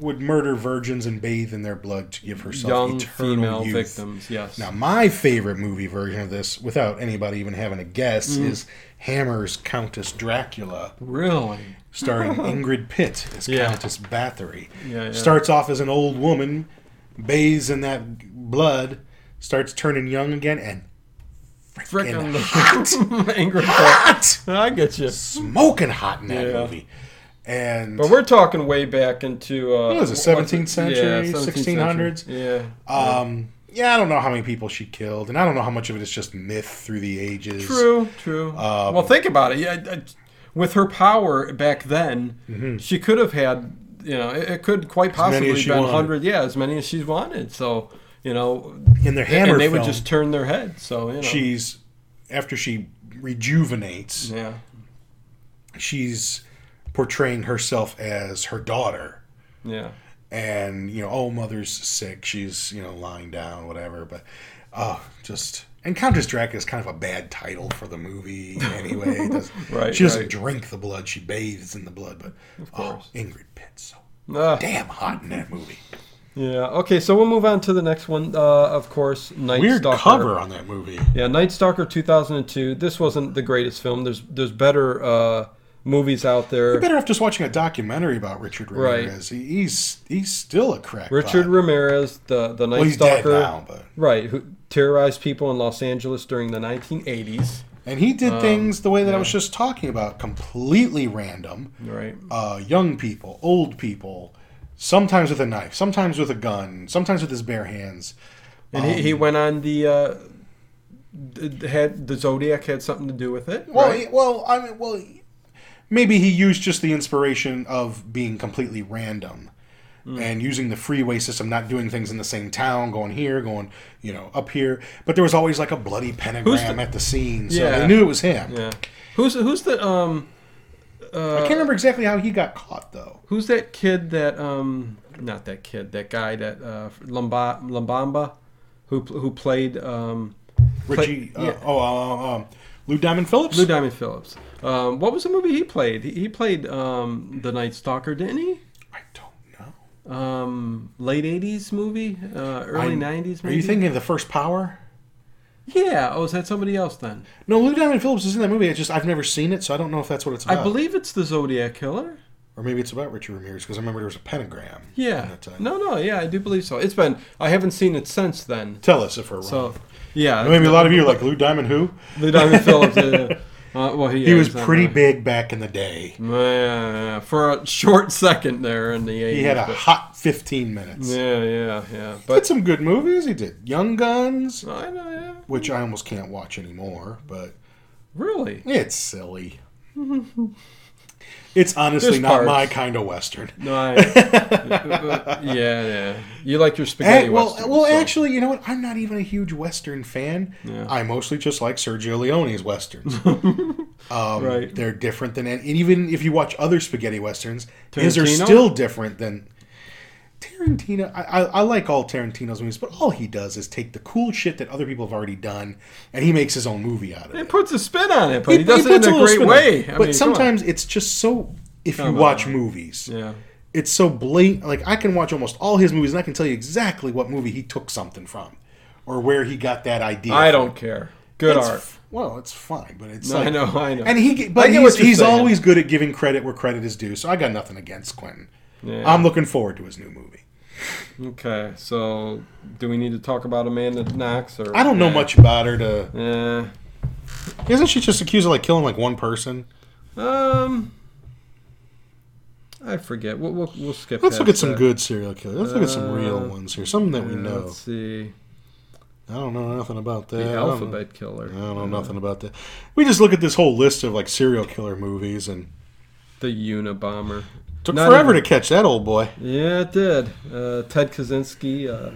S2: would murder virgins and bathe in their blood to give herself
S1: Young
S2: eternal
S1: female
S2: youth.
S1: victims. Yes.
S2: Now, my favorite movie version of this, without anybody even having a guess,
S1: Mm.
S2: is Hammer's Countess Dracula,
S1: Really? [laughs]
S2: starring Ingrid Pitt as
S1: Yeah.
S2: Countess Bathory.
S1: Yeah, yeah.
S2: Starts off as an old woman, bathes in that blood, starts turning young again, and
S1: Frickin' [laughs]
S2: frickin'
S1: Angry
S2: hot,
S1: I get you.
S2: smoking hot in that
S1: Yeah.
S2: movie. And
S1: But we're talking way back into uh,
S2: What was it, 17th century,
S1: Yeah, 17th century.
S2: 1600s?
S1: Yeah,
S2: Um, yeah, I don't know how many people she killed, and I don't know how much of it is just myth through the ages.
S1: true, true.
S2: Um,
S1: well, think about it. Yeah, I- I- with her power back then, she could have had you know it, it could quite
S2: many
S1: possibly
S2: Mm-hmm. as she
S1: been
S2: wanted.
S1: hundred. Yeah, as many as she's wanted. So you know,
S2: In their Hammer
S1: and they
S2: film,
S1: would just um, turn their head. So you know,
S2: she's after she rejuvenates,
S1: yeah,
S2: she's portraying herself as her daughter,
S1: yeah.
S2: and you know, oh, mother's sick, she's you know lying down, whatever. But uh, just and Countess Dracula is kind of a bad title for
S1: [laughs]
S2: the movie anyway. It doesn't-
S1: Right,
S2: she doesn't
S1: right.
S2: drink the blood; she bathes in the blood. But oh, Ingrid Pitt's so
S1: Ah,
S2: damn hot in that movie.
S1: yeah. Okay, so we'll move on to the next one. Uh, of course, Night
S2: Weird
S1: Stalker.
S2: cover on that movie.
S1: Yeah, Night Stalker 2002. This wasn't the greatest film. There's there's better uh, movies out there.
S2: You're better off just watching a documentary about Richard
S1: Right.
S2: Ramirez. He He's he's still a crackpot.
S1: Richard Ramirez, the the Night
S2: well, he's
S1: Stalker,
S2: dead now, but
S1: right, who terrorized people in Los Angeles during the 1980s.
S2: and he
S1: Um,
S2: did things the way that I was just talking about, completely random.
S1: Right.
S2: Uh, young people, old people, sometimes with a knife, sometimes with a gun, sometimes with his bare hands.
S1: And he,
S2: Um,
S1: he went on the uh, d- had the Zodiac had something to do with it.
S2: Well,
S1: right?
S2: he- well, I mean, well, maybe he used just the inspiration of being completely random
S1: Hmm.
S2: and using the freeway system, not doing things in the same town, going here, going you know up here. But there was always like a bloody pentagram at the scene, so
S1: Yeah.
S2: they knew it was him.
S1: yeah. Who's who's the um
S2: I can't remember exactly how he got caught though.
S1: who's that kid that um not that kid that guy that uh Lumba, Lumbamba who pl- who played um
S2: Richie, uh,
S1: yeah.
S2: oh, uh, um, Lou Diamond Phillips.
S1: Lou Diamond Phillips. Um, what was the movie he played? He, he played um, the Night Stalker, didn't he?
S2: I don't know.
S1: um, late '80s movie, uh,
S2: I-
S1: early '90s. Maybe?
S2: Are you thinking of the first Power?
S1: Yeah. Oh, is that somebody else then?
S2: No, Lou Diamond Phillips is in that movie. I just I've never seen it, so I don't know if that's what it's about.
S1: I believe it's the Zodiac killer.
S2: or maybe it's about Richard Ramirez because I remember there was a pentagram.
S1: Yeah.
S2: That time.
S1: No, no. Yeah, I do believe so. It's been. I haven't seen it since then.
S2: Tell us if we're wrong.
S1: So, yeah.
S2: Maybe a lot of you are like Lou Diamond. Who?
S1: Lou Diamond Phillips. Uh, uh, well, he,
S2: He was
S1: is, uh,
S2: pretty big back in the day.
S1: Yeah, for a short second there in the '80s.
S2: He had a
S1: but-
S2: hot 15 [laughs] minutes.
S1: Yeah, yeah, yeah.
S2: Did
S1: But
S2: some good movies. He did Young Guns,
S1: I know. Yeah.
S2: which I almost can't watch anymore, but
S1: Really. [laughs]
S2: it's silly. it's honestly
S1: There's
S2: not
S1: parts.
S2: my kind of western.
S1: No, I,
S2: [laughs]
S1: yeah, yeah. You like your spaghetti
S2: Eh, well,
S1: westerns,
S2: well,
S1: so-
S2: actually, you know what? I'm not even a huge western fan.
S1: Yeah.
S2: I mostly just like Sergio
S1: [laughs]
S2: Leone's westerns. Um,
S1: Right.
S2: They're different than, and even if you watch other spaghetti westerns, his are
S1: Tarantino?
S2: still different than Tarantino. I, I, I like all Tarantino's movies, but all he does is take the cool shit that other people have already done, and he makes his own movie out of
S1: It
S2: it.
S1: puts a spin on it, but he, does
S2: puts
S1: it in a
S2: little
S1: great
S2: spin on
S1: way. I
S2: it. but
S1: mean, come on.
S2: sometimes it's just so. If you
S1: Come
S2: watch
S1: on.
S2: movies,
S1: yeah,
S2: it's so blatant. Like I can watch almost all his movies, and I can tell you exactly what movie he took something from, or where he got that idea.
S1: I
S2: from.
S1: don't care. Good
S2: It's
S1: art.
S2: f- Well, it's fine, but it's
S1: No, I
S2: like
S1: know, I know.
S2: and he, ge-
S1: I
S2: but
S1: get
S2: he's,
S1: what you're
S2: he's
S1: saying.
S2: always good at giving credit where credit is due. So I got nothing against Quentin.
S1: Yeah.
S2: I'm looking forward to his new movie.
S1: okay, so do we need to talk about Amanda Knox or?
S2: I don't know
S1: yeah.
S2: much about her. To
S1: Yeah.
S2: isn't she just accused of like killing like one person?
S1: Um. I forget. We'll we'll, we'll skip.
S2: Let's look
S1: past
S2: at some
S1: that.
S2: good serial killers. Let's look at some real
S1: Uh,
S2: ones here. Something that we
S1: Yeah,
S2: know.
S1: Let's see.
S2: I don't know nothing about that.
S1: The
S2: I don't know.
S1: Alphabet Killer.
S2: I don't know nothing about that. We just look at this whole list of like serial killer movies and
S1: The Unabomber.
S2: took
S1: Not
S2: forever
S1: even-
S2: to catch that old boy.
S1: Yeah, it did. Uh, Ted Kaczynski. Uh,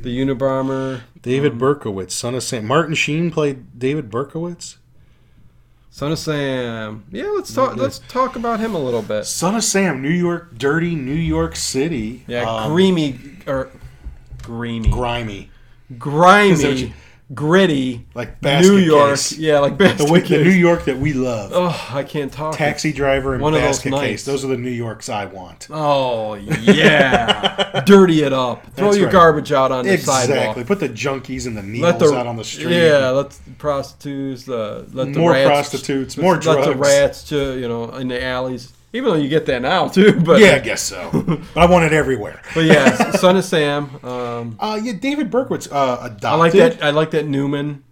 S1: the Unabomber. Mm.
S2: David Berkowitz, son of Sam. Martin Sheen played David Berkowitz.
S1: Son of Sam. Yeah, let's talk. Let's talk about him a little bit.
S2: Son of Sam, New York, dirty New York City.
S1: Yeah,
S2: Um,
S1: greamy or greamy,
S2: grimy. Is that what
S1: grimy,
S2: you-
S1: gritty,
S2: Like basket
S1: New York.
S2: case.
S1: Yeah, like basket
S2: The, way, the
S1: case.
S2: New York that we love.
S1: Oh, I can't talk.
S2: Taxi driver and
S1: One of those
S2: basket
S1: nights.
S2: case. Those are the New Yorks I want.
S1: Oh
S2: [laughs]
S1: yeah, dirty it up. Throw
S2: That's
S1: your
S2: right.
S1: garbage out on the
S2: Exactly.
S1: sidewalk.
S2: Put the junkies and the
S1: Let
S2: needles
S1: the
S2: out on the street.
S1: Yeah, let the prostitutes. The let the
S2: More
S1: rats,
S2: prostitutes, more
S1: let the
S2: drugs.
S1: rats to you know in the alleys. Even though you get that
S2: [laughs]
S1: now too, but
S2: Yeah, I
S1: [laughs]
S2: guess so. but I want it everywhere.
S1: but yeah, Son of Sam. Um,
S2: [laughs] Uh, yeah, David Berkowitz uh, adopted.
S1: I like that. I like that
S2: [laughs]
S1: Newman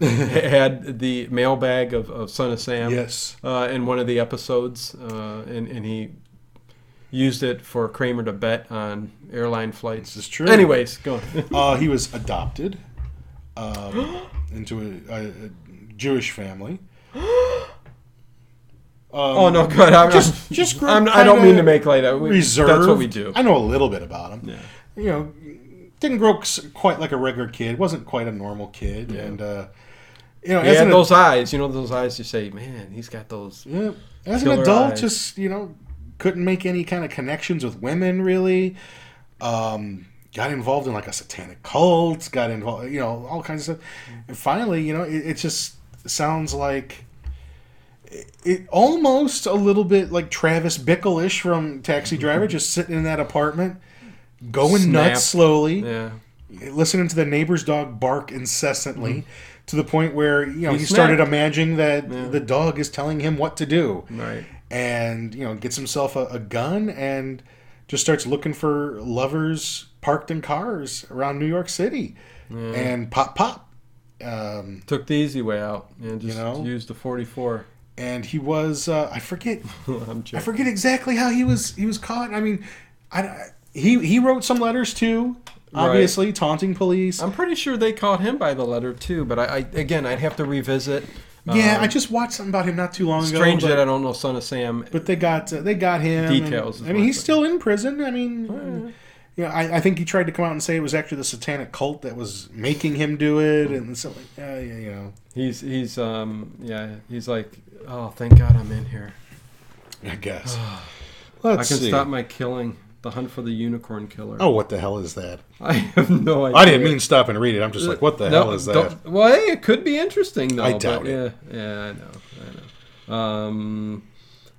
S1: had the mailbag of, of Son of Sam.
S2: Yes.
S1: uh, in one of the episodes, uh, and and he used it for Kramer to bet on airline flights.
S2: This is true.
S1: Anyways, go on. [laughs]
S2: Uh, he was adopted um, [gasps] into a, a, a Jewish
S1: [gasps]
S2: family. Um,
S1: Oh no, good. I'm
S2: Just-
S1: just,
S2: just grow
S1: I'm, I don't
S2: kinda
S1: mean to make light of it. We-
S2: reserved.
S1: That's what we do.
S2: I know a little bit about him.
S1: Yeah.
S2: You know, didn't grow s- quite like a regular kid. wasn't quite a normal kid, and uh, you know,
S1: He
S2: as an
S1: had those eyes. You know those eyes. You say, man, he's got those.
S2: Yeah. As an
S1: Killer
S2: adult,
S1: eyes.
S2: just you know, couldn't make any kind of connections with women really. Um, got involved in like a satanic cult. Got involved, you know, all kinds of stuff.
S1: Mm-hmm.
S2: And finally, you know, it, it just sounds like it, it almost a little bit like Travis Bickle ish from
S1: [laughs]
S2: Taxi Driver, just sitting in that apartment, going
S1: Snap.
S2: nuts slowly
S1: Yeah, Mm-hmm.
S2: listening to the neighbor's dog bark incessantly to the point where you know he,
S1: He
S2: started
S1: snapped.
S2: imagining that
S1: Yeah.
S2: the dog is telling him what to do
S1: right.
S2: and you know gets himself a, a gun and just starts looking for lovers parked in cars around new york city and pop pop um,
S1: Took the easy way out and just
S2: know?
S1: used the 44.
S2: and he was uh, i forget
S1: [laughs] I'm
S2: I
S1: joking.
S2: forget exactly how he was he was caught. I mean, I, I- he he wrote some letters too,
S1: Right. Um,
S2: obviously taunting police.
S1: I'm pretty sure they caught him by the letter too, but I, I again I'd have to revisit.
S2: yeah,
S1: Um,
S2: I just watched something about him not too long ago.
S1: strange
S2: but-
S1: that I don't know Son of Sam.
S2: But they got uh, they got him. and-
S1: Details is
S2: I mean,
S1: what
S2: he's
S1: I- Oh,
S2: still in prison. I mean, you know, I, I think he tried to come out and say it was actually the satanic cult that was making him do it, and so like, uh, yeah, you know,
S1: He's he's um yeah he's like oh thank God I'm in here.
S2: I
S1: [sighs]
S2: guess. Let's
S1: I can
S2: see.
S1: stop my killing. The hunt for the unicorn killer.
S2: Oh, what the hell is that?
S1: [laughs] I have no idea.
S2: I didn't mean stop and read it. I'm just like, what the
S1: No,
S2: hell is that?
S1: don't- Well, hey, it could be interesting though.
S2: I doubt
S1: but,
S2: it.
S1: Yeah, yeah, I know, I know. Um,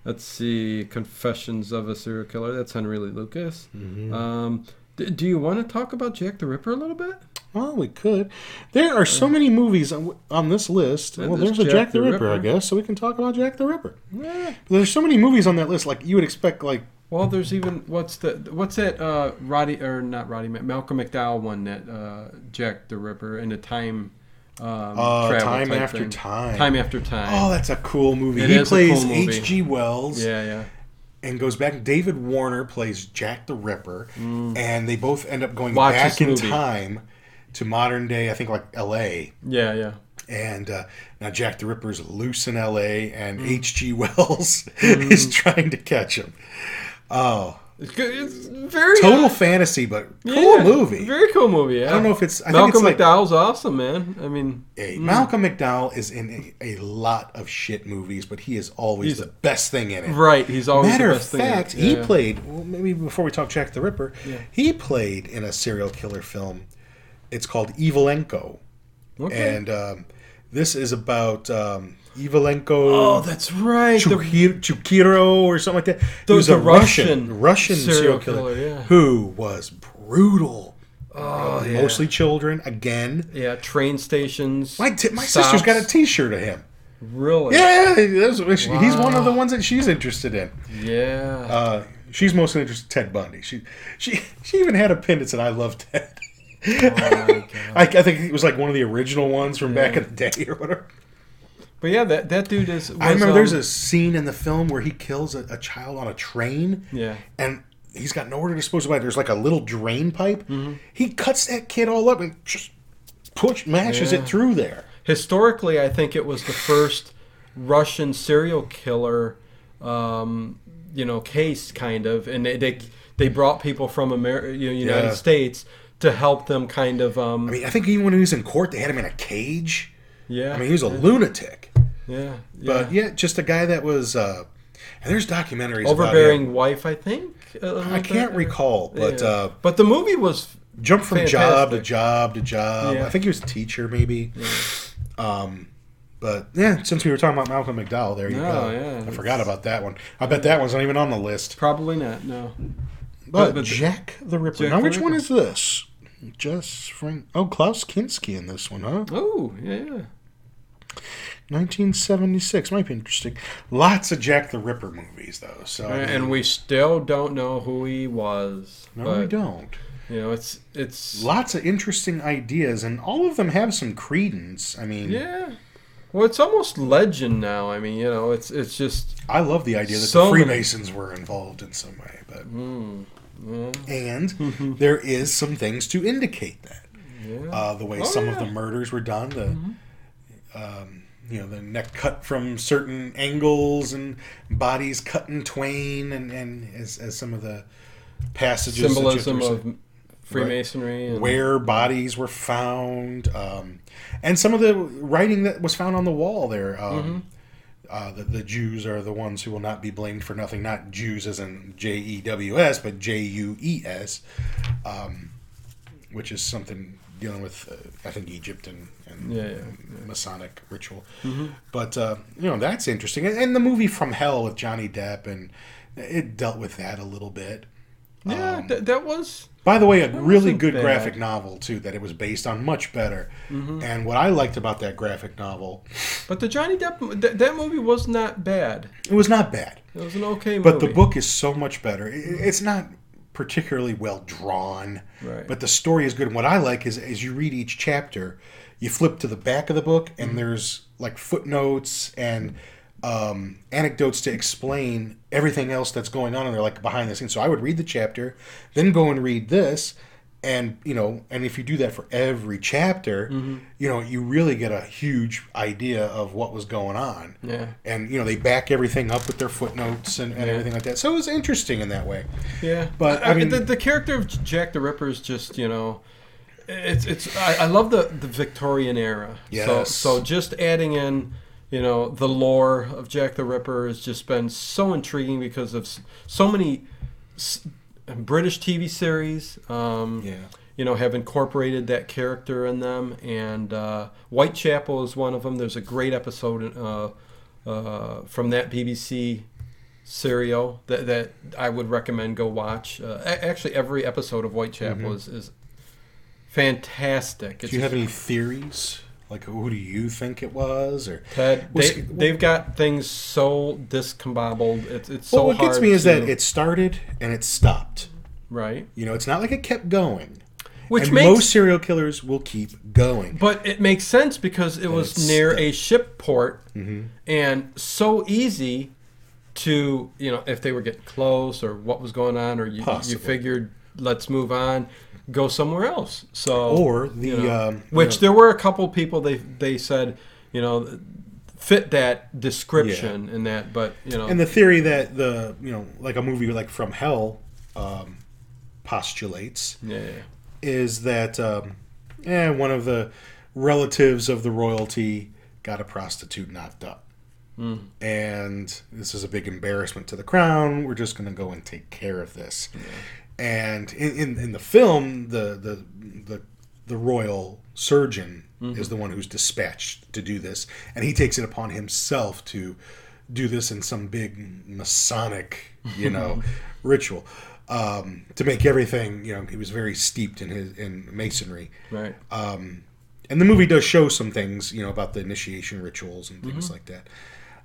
S1: let's see, Confessions of a Serial Killer. That's Henry Lee Lucas.
S2: Mm-hmm.
S1: Um, d- do you want to talk about Jack the Ripper a little bit?
S2: Well, we could. There are so many movies on, on this list.
S1: Yeah,
S2: well,
S1: there's
S2: there's a Jack the, Ripper, I
S1: Ripper.
S2: guess, so we can talk about Jack the Ripper.
S1: Yeah.
S2: There's so many movies on that list. Like you would expect, like
S1: Well, there's even what's the what's that uh, Roddy or not Roddy Ma- Malcolm McDowell one that uh, Jack the Ripper in a time um,
S2: uh,
S1: travel
S2: Time
S1: type
S2: After
S1: thing.
S2: Time.
S1: Time after time.
S2: Oh, that's a cool movie.
S1: It
S2: he
S1: is a cool
S2: plays
S1: movie.
S2: H.G. Wells
S1: yeah, yeah.
S2: and goes back. David Warner plays Jack the Ripper, and they both end up going
S1: Mm. Watch
S2: back
S1: this
S2: in
S1: movie.
S2: time to modern day. I think like L.A.
S1: Yeah, yeah.
S2: And uh, now Jack the Ripper's loose in L.A. and
S1: Mm.
S2: H.G. [laughs] Wells is trying to catch him. Oh,
S1: It's, good. it's very
S2: total fantasy, but cool
S1: Yeah,
S2: movie.
S1: Very cool movie. Yeah.
S2: I don't know if it's. I
S1: Malcolm Mm.
S2: think it's like
S1: McDowell's awesome, man. I mean,
S2: a, Malcolm McDowell is in a, a lot of shit movies, but he is always
S1: He's-
S2: the best thing in it.
S1: right? He's always
S2: Matter
S1: the
S2: of
S1: best thing.
S2: fact,
S1: Yeah,
S2: he
S1: yeah.
S2: played. Well, maybe before we talk Jack the Ripper,
S1: Yeah.
S2: he played in a serial killer film. It's called Evilenko,
S1: Okay.
S2: and um, this is about um, Evilenko.
S1: oh, that's right. The,
S2: Chukiro, Chukiro or something like that.
S1: The-
S2: he was
S1: the
S2: a Russian
S1: Russian
S2: Russian serial,
S1: serial
S2: killer,
S1: killer, yeah.
S2: who was brutal.
S1: oh, yeah.
S2: Mostly children. Again,
S1: Yeah, train stations.
S2: my t- my sister's got a
S1: stops.
S2: T-shirt of him.
S1: really.
S2: Yeah, that's, he's one of the ones that she's interested in.
S1: Yeah.
S2: Uh, she's mostly interested in Ted Bundy. She she [laughs] she even had a pin that said "I love Ted."
S1: Oh
S2: Oh,
S1: my
S2: [laughs] I, I think it was like one of the original ones from back in the day or whatever.
S1: but yeah, that that dude is.
S2: I
S1: was,
S2: remember
S1: um,
S2: there's a scene in the film where he kills a, a child on a train.
S1: Yeah.
S2: and he's got nowhere to dispose of it. There's like a little drain pipe. He cuts that kid all up and just push mashes
S1: Yeah.
S2: it through there.
S1: historically, I think it was the first Russian serial killer, um, you know, case kind of, and they they, they brought people from America, you know, United
S2: Yeah.
S1: States to help them kind of. Um,
S2: I mean, I think even when he was in court, they had him in a cage.
S1: yeah,
S2: I mean, he was a lunatic.
S1: Yeah.
S2: But yeah, just a guy that was. Uh, and there's documentaries
S1: Overbearing wife, I think. uh,
S2: about him. I
S1: like
S2: can't
S1: that.
S2: recall, but
S1: Yeah.
S2: uh,
S1: but the movie was
S2: jump from job to
S1: Fantastic.
S2: job to job.
S1: Yeah.
S2: I think he was a teacher, maybe. Um, but yeah, since we were talking about Malcolm McDowell, there you
S1: No,
S2: go.
S1: Oh, yeah,
S2: I
S1: that's-
S2: forgot about that one. I bet that one's not even on the list.
S1: probably not. No.
S2: But,
S1: But- but-
S2: Jack the Ripper.
S1: Jack
S2: now,
S1: the
S2: which one
S1: Ripper.
S2: is this? Just Frank. Oh, Klaus Kinski in this one, huh?
S1: Oh yeah.
S2: 1976. Might be interesting. Lots of Jack the Ripper movies, though. So I mean,
S1: Uh, And we still don't know who he was.
S2: no,
S1: but,
S2: we don't.
S1: You know, it's it's
S2: Lots of interesting ideas, and all of them have some credence. I mean,
S1: yeah. Well, it's almost legend now. I mean, you know, it's it's just
S2: I love the idea that
S1: So
S2: the
S1: many.
S2: Freemasons were involved in some way, but
S1: mm, yeah, [laughs]
S2: and there is some things to indicate that.
S1: yeah.
S2: uh, the way
S1: Oh,
S2: some of
S1: yeah. Mm-hmm.
S2: the murders were done. The um, you know the neck cut from certain angles and bodies cut in twain, and, and as, as some of the passages that you have to
S1: symbolism
S2: recite,
S1: of Freemasonry and
S2: where bodies were found, um, and some of the writing that was found on the wall there.
S1: Mm-hmm.
S2: Um, uh, the, the Jews are the ones who will not be blamed for nothing. Not Jews as in J E W S, but J U E S, um, which is something dealing with, uh, I think, Egypt and, and
S1: Yeah, yeah, Mm-hmm.
S2: Masonic ritual. But, uh, you know, that's interesting. And, and the movie From Hell with Johnny Depp, and it dealt with that a little bit.
S1: yeah,
S2: um,
S1: th- that was
S2: By the way, a really
S1: wasn't
S2: good
S1: bad. Mm-hmm.
S2: graphic novel too that it was based on, much better. And what I liked about that graphic novel,
S1: But the Johnny Depp, th- that movie was not bad.
S2: it was not bad,
S1: It was an okay movie.
S2: but the book is so much better. I- It's not particularly well drawn,
S1: Right.
S2: but the story is good. And what I like is as you read each chapter, you flip to the back of the book, and there's like footnotes and um, anecdotes to explain everything else that's going on, and they're like behind the scenes. So I would read the chapter, then go and read this. and you know and if you do that for every chapter you know you really get a huge idea of what was going on
S1: Yeah.
S2: and you know they back everything up with their footnotes and, and everything like that so it was interesting in that way
S1: yeah,
S2: but, I mean-
S1: the, the character of Jack the Ripper is just you know, it's it's. I, I love the the Victorian era. So
S2: Yes.
S1: so just adding in. You know the lore of Jack the Ripper has just been so intriguing because of s- so many s- British TV series. Um, you know, have incorporated that character in them. And uh, Whitechapel is one of them. There's a great episode uh, uh, from that BBC serial that, that I would recommend go watch. Uh, a- actually, every episode of Whitechapel is, is fantastic. It's
S2: Mm-hmm. do you have any theories like who do you think it was or
S1: Ted,
S2: Was-
S1: they, they've got things so discombobbled. It's, it's so
S2: well what
S1: hard
S2: gets me is
S1: to-
S2: that it started and it stopped
S1: right,
S2: you know it's not like it kept going
S1: which
S2: and
S1: makes
S2: most serial killers will keep going
S1: But it makes sense because it was
S2: it's
S1: near
S2: the-
S1: a ship port
S2: Mm-hmm.
S1: and so easy to, you know, if they were getting close or what was going on, or you, you
S2: Possibly.
S1: figured, let's move on, go somewhere else. So,
S2: or the
S1: you know,
S2: um, you
S1: which
S2: know,
S1: there were a couple people they, they said, you know, fit that description and that, but, you know,
S2: and the theory that the you know like a movie like from hell um, postulates
S1: yeah, yeah,
S2: is that um, eh, one of the relatives of the royalty got a prostitute knocked up and this is a big embarrassment to the crown we're just going to go and take care of this and in, in, in the film the the the, the royal surgeon is the one who's dispatched to do this and he takes it upon himself to do this in some big masonic you know ritual um, to make everything you know he was very steeped in his in masonry
S1: right.
S2: um, and the movie does show some things, you know, about the initiation rituals and things like that,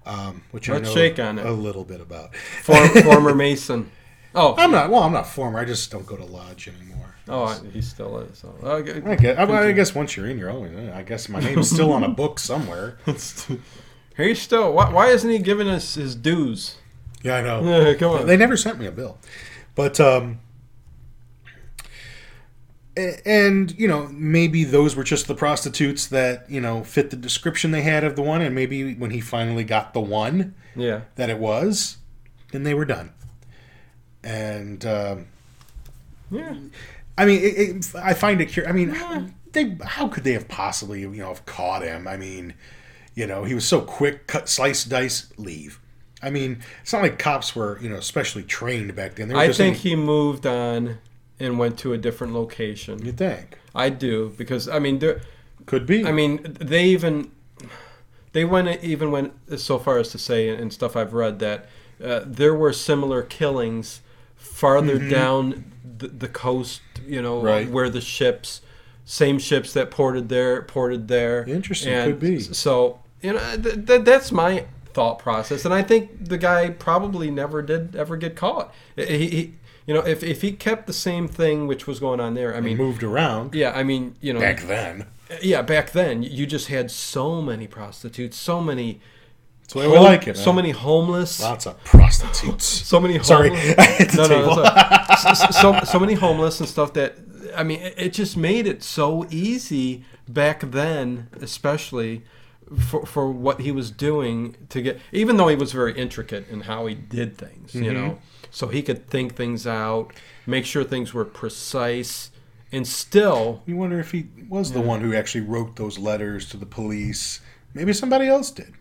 S2: um, which I
S1: Mm-hmm. Let's
S2: know
S1: shake on it.
S2: a little bit about.
S1: For, [laughs] former Mason. Oh,
S2: I'm not well. I'm not former. I just don't go to lodge anymore.
S1: oh, I- he still is. Oh, uh, So, okay.
S2: I guess, I, mean, I guess once you're in, you're always. in. I guess my name's still on a
S1: [laughs]
S2: book somewhere.
S1: He's still. Why, why isn't he giving us his dues?
S2: Yeah, I know.
S1: Yeah, come on.
S2: They never sent me a bill, but um, a- and you know maybe those were just the prostitutes that you know fit the description they had of the one, and maybe when he finally got the one,
S1: yeah.
S2: that it was, then they were done. And um,
S1: Yeah.
S2: I mean, it, it, I find it curious. I mean,
S1: Yeah.
S2: they how could they have possibly you know have caught him? I mean, You know, he was so quick, cut, slice, dice, leave. I mean, it's not like cops were, you know, especially trained back then. They were
S1: I
S2: just
S1: think
S2: in-
S1: he moved on and went to a different location.
S2: you think
S1: I do because I mean, there,
S2: could be. [clears throat]
S1: I mean, they even they went e, even went so far as to say, and stuff I've read that uh, there were similar killings farther down the, the coast. You know,
S2: Mm-hmm. Right.
S1: where the ships, same ships that ported there, ported there.
S2: Interesting,
S1: And
S2: could be.
S1: s- So you know, th- th- that's my thought process, and I think the guy probably never did ever get caught. He. he you know, if, if he kept the same thing which was going on there, I mean,
S2: moved around
S1: yeah, I mean, you know,
S2: back then.
S1: yeah, back then you just had so many prostitutes, so many,
S2: That's the way we like it.
S1: so
S2: man.
S1: many homeless,
S2: lots of prostitutes.
S1: so many. Homeless,
S2: [laughs] Sorry, I hit the
S1: no, no,
S2: table.
S1: that's all right. so, so so many homeless and stuff that I mean, it, it just made it so easy back then, especially for for what he was doing to get. Even though he was very intricate in how he did things,
S2: Mm-hmm.
S1: you know, so he could think things out, make sure things were precise, and still.
S2: You wonder if he was the one who actually wrote those letters to the police. Maybe somebody else did.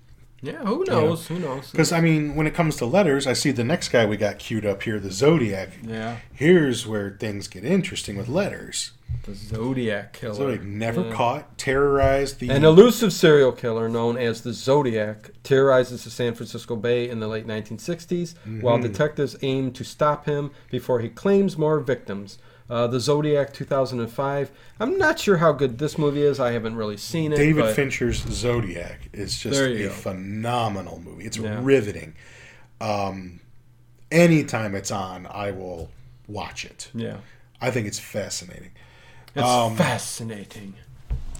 S1: Yeah, who knows? Who knows?
S2: Because I mean, when it comes to letters, I see the next guy we got queued up here, the Zodiac.
S1: Yeah.
S2: Here's where things get interesting with letters.
S1: The Zodiac Killer.
S2: Zodiac never
S1: Yeah.
S2: caught, terrorized the
S1: An elusive serial killer known as the Zodiac terrorizes the San Francisco Bay in the late 1960s
S2: Mm-hmm.
S1: while detectives aim to stop him before he claims more victims. Uh, the Zodiac 2005. I'm not sure how good this movie is. I haven't really seen it.
S2: David
S1: but
S2: Fincher's Zodiac is just
S1: There you
S2: a
S1: go.
S2: phenomenal movie. It's
S1: Yeah.
S2: riveting. Um, anytime it's on, I will watch it.
S1: Yeah.
S2: I think it's fascinating.
S1: It's
S2: Um,
S1: fascinating.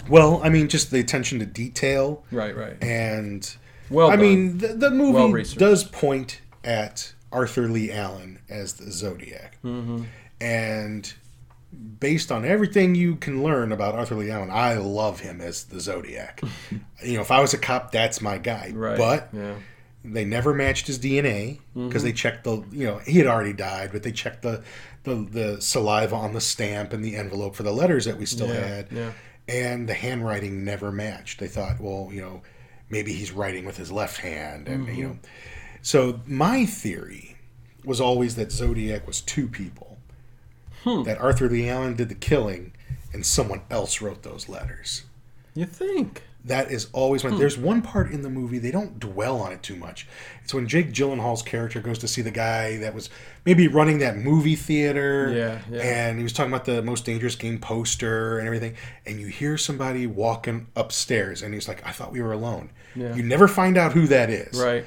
S2: Well, I mean, just the attention to detail
S1: Right, right.
S2: and
S1: Well,
S2: I
S1: done.
S2: mean, the, the movie
S1: Well researched.
S2: does point at Arthur Lee Allen as the Zodiac,
S1: Mm-hmm.
S2: and based on everything you can learn about Arthur Lee Allen, I love him as
S1: [laughs]
S2: the Zodiac. you know, if I was a cop, that's my guy.
S1: right.
S2: But
S1: yeah.
S2: they never matched his DNA
S1: Mm-hmm.
S2: because they checked the you know he had already died, but they checked the the, the saliva on the stamp and the envelope for the letters that we still
S1: Yeah,
S2: had,
S1: yeah.
S2: and the handwriting never matched. They thought, well, you know, maybe he's writing with his left hand, and
S1: Mm-hmm.
S2: you know, so my theory was always that Zodiac was two people,
S1: Hmm.
S2: that Arthur Lee Allen did the killing, and someone else wrote those letters.
S1: You think?
S2: That is always
S1: Hmm.
S2: when there's one part in the movie they don't dwell on it too much. It's when Jake Gyllenhaal's character goes to see the guy that was maybe running that movie theater,
S1: Yeah, yeah.
S2: and he was talking about the most dangerous game poster and everything. And you hear somebody walking upstairs, and he's like, "I thought we were alone."
S1: Yeah.
S2: You never find out who that is.
S1: Right.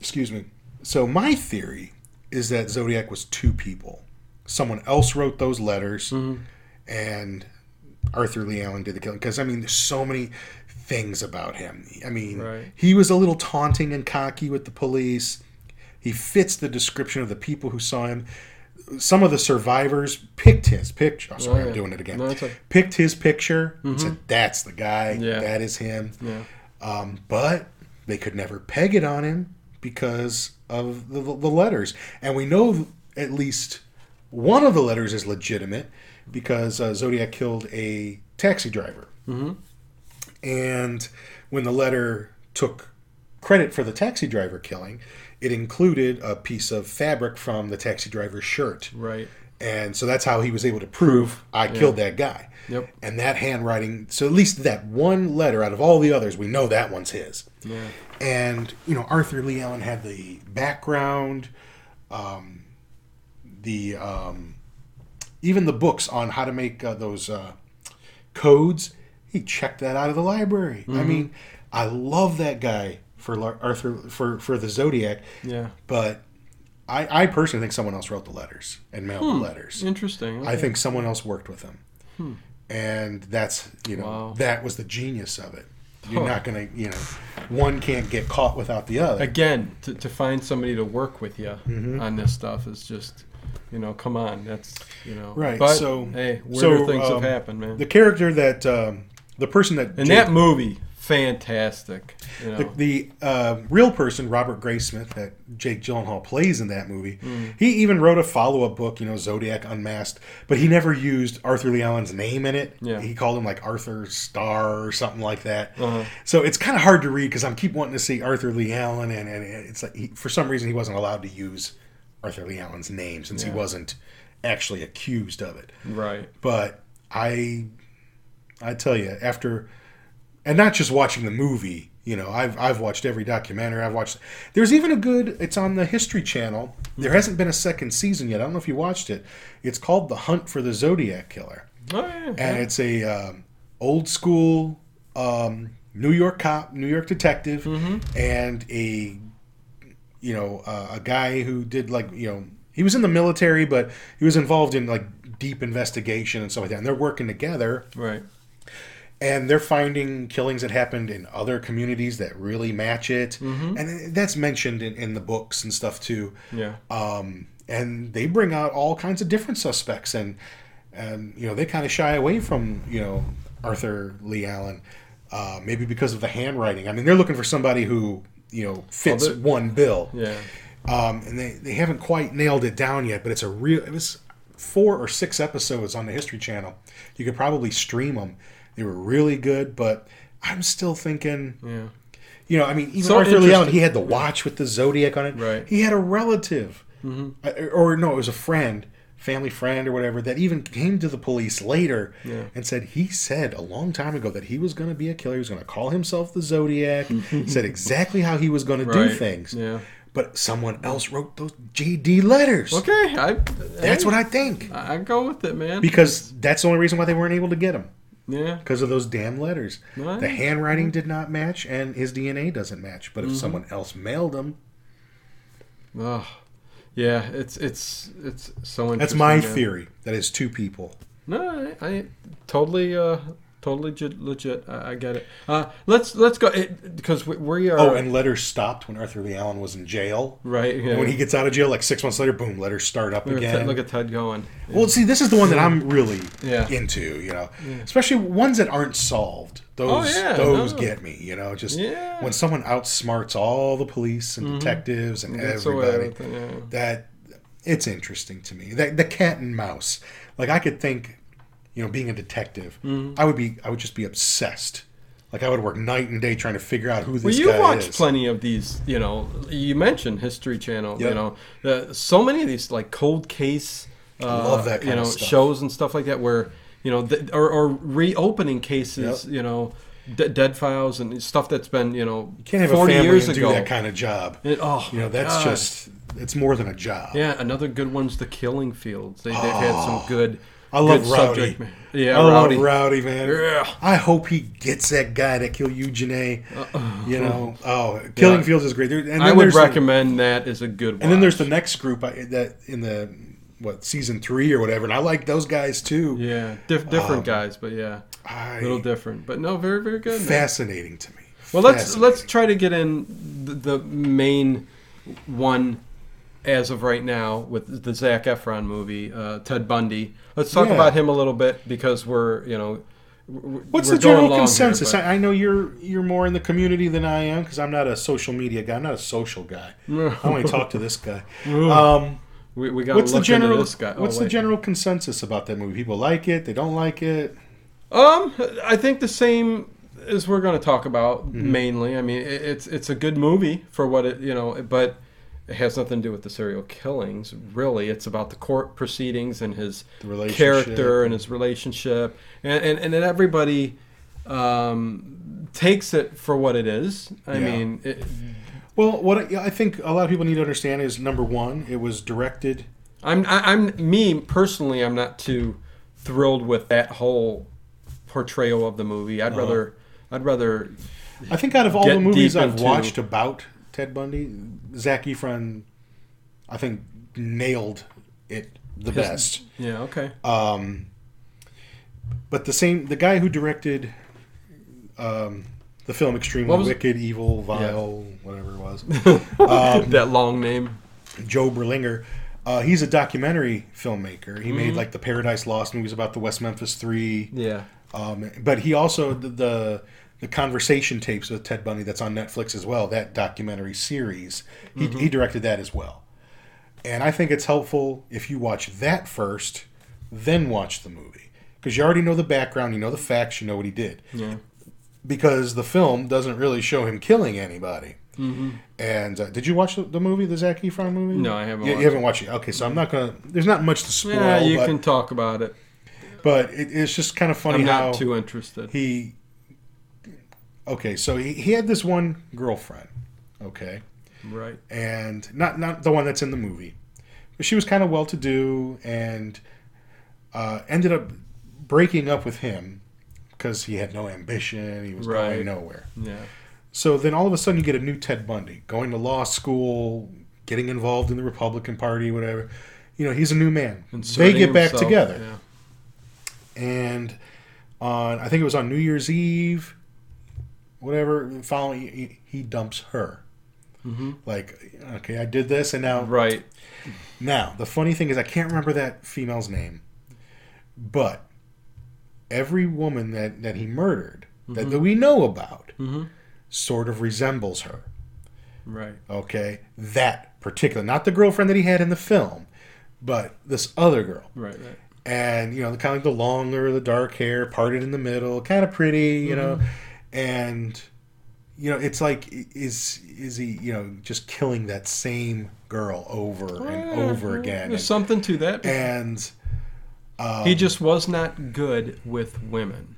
S2: Excuse me. So my theory is that Zodiac was two people. Someone else wrote those letters,
S1: Mm-hmm.
S2: and Arthur Lee Allen did the killing. Because I mean, there's so many things about him. I mean,
S1: Right.
S2: he was a little taunting and cocky with the police. He fits the description of the people who saw him. Some of the survivors picked his picture. I'm
S1: Oh,
S2: sorry,
S1: yeah.
S2: I'm doing it again.
S1: No, it's okay.
S2: Picked his picture and said, "That's the guy.
S1: Mm-hmm. Yeah.
S2: That is him."
S1: Yeah.
S2: Um, but they could never peg it on him because of the, the letters. And we know at least one of the letters is legitimate because uh, Zodiac killed a taxi driver.
S1: Mm-hmm.
S2: And when the letter took credit for the taxi driver killing, it included a piece of fabric from the taxi driver's shirt.
S1: Right.
S2: And so that's how he was able to prove I killed that guy.
S1: Yep.
S2: And that handwriting, so at least that one letter out of all the others, we know that one's his.
S1: Yeah.
S2: And, you know, Arthur Lee Allen had the background, um, the, um, even the books on how to make uh, those uh, codes. He checked that out of the library. I mean, I love that guy for Lar- Arthur, for, for the Zodiac,
S1: Yeah.
S2: but I, I personally think someone else wrote the letters and mailed the letters.
S1: Interesting.
S2: I
S1: okay. Hmm.
S2: think someone else worked with him. And that's, you know,
S1: Wow.
S2: that was the genius of it. You're
S1: Huh.
S2: not going to, you know, one can't get caught without the other.
S1: again to, to find somebody to work with you
S2: Mm-hmm.
S1: on this stuff is just you know come on that's you know
S2: Right,
S1: but
S2: so-
S1: hey weirder
S2: so,
S1: things
S2: um,
S1: have happened man
S2: the character that, um, the person that,
S1: and
S2: Jake-
S1: that movie fantastic. You know?
S2: The, the uh, real person, Robert Graysmith, that Jake Gyllenhaal plays in that movie,
S1: Mm.
S2: he even wrote a follow up book, you know, Zodiac Unmasked, but he never used Arthur Lee Allen's name in it.
S1: Yeah.
S2: He called him like Arthur Star or something like that.
S1: Uh-huh.
S2: So it's kind of hard to read because I'm keep wanting to see Arthur Lee Allen, and, and it's like he, for some reason he wasn't allowed to use Arthur Lee Allen's name since
S1: Yeah.
S2: he wasn't actually accused of it
S1: right.
S2: but I, I tell you, after, and not just watching the movie, you know, I've I've watched every documentary. I've watched. There's even a good. It's on the History Channel. There hasn't been a second season yet. I don't know if you watched it. It's called The Hunt for the Zodiac Killer,
S1: Oh, yeah,
S2: and
S1: yeah.
S2: it's a um, old school um, New York cop, New York detective, and a you know, uh, a guy who did like, you know, he was in the military, but he was involved in like deep investigation and stuff like that. And they're working together
S1: Right.
S2: and they're finding killings that happened in other communities that really match it. And that's mentioned in, in the books and stuff too.
S1: Yeah.
S2: Um, and they bring out all kinds of different suspects and, and, you know, they kind of shy away from, you know, Arthur Lee Allen, uh, maybe because of the handwriting. I mean, they're looking for somebody who, you know, fits
S1: they're-
S2: one bill
S1: Yeah.
S2: um, and they, they haven't quite nailed it down yet. But it's a real. It was four or six episodes on the History Channel. You could probably stream them. They were really good, but I'm still thinking.
S1: Yeah.
S2: You know, I mean, even
S1: So
S2: Arthur Lee Allen,
S1: interesting.
S2: he had the watch with the zodiac on it.
S1: Right. Mm-hmm.
S2: He had a relative, Uh, or no, it was a friend, family friend, or whatever, that even came to the police later
S1: Yeah.
S2: and said he said a long time ago that he was going to be a killer. He was going to call himself
S1: [laughs]
S2: the Zodiac. said exactly how he was going to
S1: Right.
S2: do things
S1: Yeah.
S2: but someone else wrote those JD letters.
S1: Okay. I.
S2: That's
S1: hey,
S2: what I think.
S1: I, I go with it, man.
S2: Because that's the only reason why they weren't able to get him
S1: yeah.
S2: because of those damn letters.
S1: Right.
S2: The handwriting did not match, and his DNA doesn't match.
S1: Mm-hmm.
S2: But if someone else mailed him,
S1: Ugh. Yeah. It's it's it's so interesting.
S2: that's my
S1: man.
S2: theory. That is two people.
S1: No, I, I totally, uh, totally legit. legit. I, I get it. Uh, let's let's go because we, we are
S2: Oh, and letters stopped when Arthur Lee Allen was in jail.
S1: right. Yeah.
S2: And When he gets out of jail, like six months later, boom, letters start up
S1: look, at
S2: again.
S1: Ted, look at Ted going.
S2: Well, see, this is the one that I'm really
S1: Yeah.
S2: into, you know, especially ones that aren't solved. Those
S1: Oh, yeah,
S2: those
S1: no.
S2: get me, you know. Just
S1: Yeah. Mm-hmm.
S2: when someone outsmarts all the police and detectives and
S1: That's the way I
S2: everybody,
S1: would think, yeah.
S2: that it's interesting to me. That the cat and mouse, like I could think, you know, being a detective,
S1: Mm-hmm.
S2: I would be, I would just be obsessed. Like I would work night and day trying to figure out who this
S1: Well, you
S2: guy
S1: watch
S2: is.
S1: plenty of these. You know, you mentioned History Channel.
S2: Yep.
S1: You know, uh, so many of these like cold case. Uh,
S2: love that
S1: you
S2: kind
S1: know
S2: of stuff.
S1: shows and stuff like that where you know th- or, or reopening cases. You know, d- dead files and stuff that's been you know
S2: Can't have a
S1: forty
S2: family
S1: years
S2: and
S1: ago.
S2: do that kind of job.
S1: It- oh,
S2: you know,
S1: my
S2: that's
S1: God.
S2: just it's more than a job.
S1: Yeah, another good one's the Killing Fields. They, they've had some good.
S2: Oh, I love
S1: good
S2: Rowdy.
S1: subject ma- Yeah,
S2: I
S1: Rowdy.
S2: love Rowdy, man.
S1: Yeah.
S2: I hope he gets that guy that killed Eugene. you know, oh, Killing
S1: Yeah.
S2: Fields is great. There, and then
S1: I would
S2: there's the-
S1: recommend that as a good one.
S2: and then there's the next group I, that in the what season three or whatever, and I like those guys too.
S1: yeah, diff- different guys, but yeah,
S2: Oh. I-
S1: a little different. But no, very very good. man.
S2: fascinating to me.
S1: Well, let's
S2: Fascinating.
S1: let's try to get in the, the main one as of right now with the Zach Efron movie, uh, Ted Bundy. Let's talk
S2: Yeah.
S1: about him a little bit because we're you know. w-
S2: What's
S1: we're
S2: the general
S1: going long here,
S2: consensus?
S1: but-
S2: I, I know you're you're more in the community than I am because I'm not a social media guy. I'm not a social guy. I only talk to
S1: [laughs]
S2: this guy. Um,
S1: we, we got
S2: what's the general?
S1: This guy. Oh,
S2: What's the
S1: wait.
S2: general consensus about that movie? People like it. They don't like it.
S1: Um, I think the same as we're going to talk about
S2: Mm-hmm.
S1: mainly. I mean, it, it's it's a good movie for what it you know, but it has nothing to do with the serial killings. Really, it's about the court proceedings and his
S2: The relationship.
S1: character and his relationship, and and, and then everybody um, takes it for what it is. I
S2: Yeah.
S1: mean, it,
S2: Well, what I, I think a lot of people need to understand is number one, it was directed.
S1: I'm I, I'm me personally. I'm not too thrilled with that whole portrayal of the movie.
S2: Uh-huh.
S1: I'd rather I'd rather
S2: I think out of all
S1: Get
S2: the movies
S1: deep
S2: I've
S1: into-
S2: watched about Ted Bundy, Zach Efron, I think nailed it the
S1: His-
S2: best.
S1: yeah okay
S2: Um, but the same, the guy who directed um, the film Extremely
S1: What was it?
S2: Wicked, Evil, Vile, whatever it was,
S1: that long name.
S2: Joe Berlinger. Uh, he's a documentary filmmaker. He made like the Paradise Lost movies about the West Memphis Three.
S1: Yeah.
S2: Um, but he also the, the the conversation tapes with Ted Bundy that's on Netflix as well. That documentary series, he, he directed that as well. And I think it's helpful if you watch that first, then watch the movie because you already know the background, you know the facts, you know what he did.
S1: Yeah.
S2: Because the film doesn't really show him killing anybody. And uh, did you watch the, the movie, the Zac Efron movie?
S1: No, I haven't
S2: Yeah,
S1: watched
S2: you haven't watched it. Okay, so I'm not gonna. There's not much to spoil.
S1: Yeah, you
S2: but,
S1: can talk about it.
S2: but it, it's just kind of funny
S1: I'm
S2: how
S1: not too interested.
S2: he okay so he, he had this one girlfriend okay
S1: right.
S2: and not not the one that's in the movie but she was kind of well to do and uh, ended up breaking up with him because he had no ambition he was
S1: Right.
S2: going nowhere
S1: Yeah.
S2: so then all of a sudden you get a new ted bundy going to law school getting involved in the republican party whatever you know he's a new man
S1: Inserting
S2: they get back
S1: himself,
S2: together
S1: yeah.
S2: and on I think it was on New Year's Eve, whatever. Following he, he dumps her.
S1: Mhm.
S2: Like okay, I did this, and now
S1: Right.
S2: now the funny thing is I can't remember that female's name, but every woman that that he murdered that,
S1: Mm-hmm.
S2: that we know about
S1: Mhm.
S2: sort of resembles her.
S1: Right.
S2: Okay, that particular, not the girlfriend that he had in the film, but this other girl
S1: Right. Right.
S2: and you know, kind of like the longer, the dark hair, parted in the middle, kind of pretty, you know,
S1: Mm-hmm.
S2: and you know, it's like i- is is he you know just killing that same girl over and
S1: Yeah,
S2: over again,
S1: There's
S2: and,
S1: something to that.
S2: and um,
S1: he just was not good with women.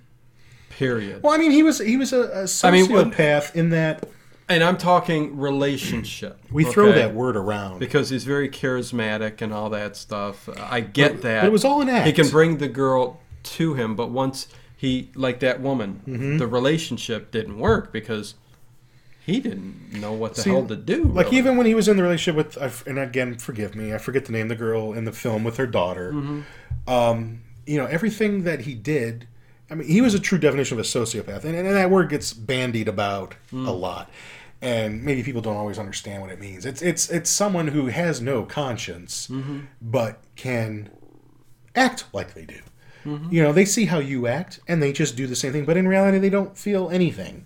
S1: Period.
S2: well, I mean, he was he was a, a
S1: I mean, when-
S2: sociopath in that
S1: And I'm talking relationship.
S2: we throw
S1: okay?
S2: that word around,
S1: because he's very charismatic and all that stuff. I get that.
S2: but it was all an act.
S1: he can bring the girl to him, but once he like that woman,
S2: Mm-hmm.
S1: the relationship didn't work because he didn't know what the
S2: See,
S1: hell to do.
S2: Like
S1: really.
S2: even when he was in the relationship with, I f- and again, forgive me, I forget the name of the girl in the film with her daughter. Um, you know everything that he did. I mean, he was a true definition of a sociopath, and, and that word gets bandied about a lot, and maybe people don't always understand what it means. It's it's it's someone who has no conscience, but can act like they do. You know, they see how you act, and they just do the same thing. But in reality, they don't feel anything.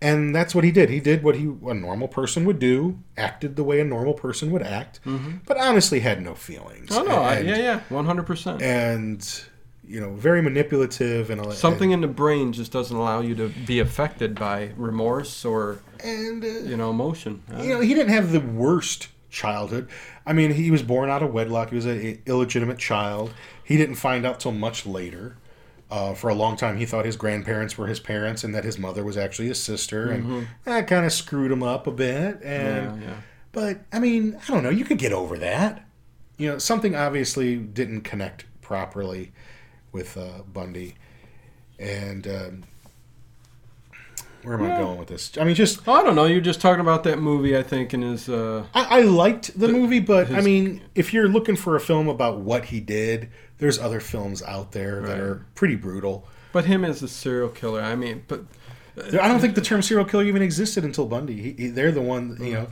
S2: And that's what he did. He did what he a normal person would do, acted the way a normal person would act, but honestly had no feelings.
S1: oh no, I,
S2: and,
S1: yeah, yeah, one hundred percent.
S2: and you know, very manipulative and all that-
S1: Something in the brain just doesn't allow you to be affected by remorse or
S2: And, uh,
S1: you know emotion.
S2: you know, he didn't have the worst childhood. I mean, he was born out of wedlock. He was an illegitimate child. He didn't find out till much later. Uh, for a long time, he thought his grandparents were his parents and that his mother was actually his sister, and that kind of screwed him up a bit.
S1: yeah,
S2: And
S1: yeah.
S2: but I mean, I don't know. You could get over that. You know, something obviously didn't connect properly with uh, Bundy, and um, where am I
S1: Yeah.
S2: going with this? I mean, just
S1: I don't know. You're just talking about that movie, I think, and his. Uh,
S2: I, I liked the, movie, but I
S1: his-
S2: mean, if you're looking for a film about what he did, there's other films out there
S1: Right.
S2: that are pretty brutal.
S1: but him as a serial killer. I mean, but Uh,
S2: There- I don't think the term serial killer even existed until Bundy. He, he- they're the one, you
S1: Uh-huh.
S2: know.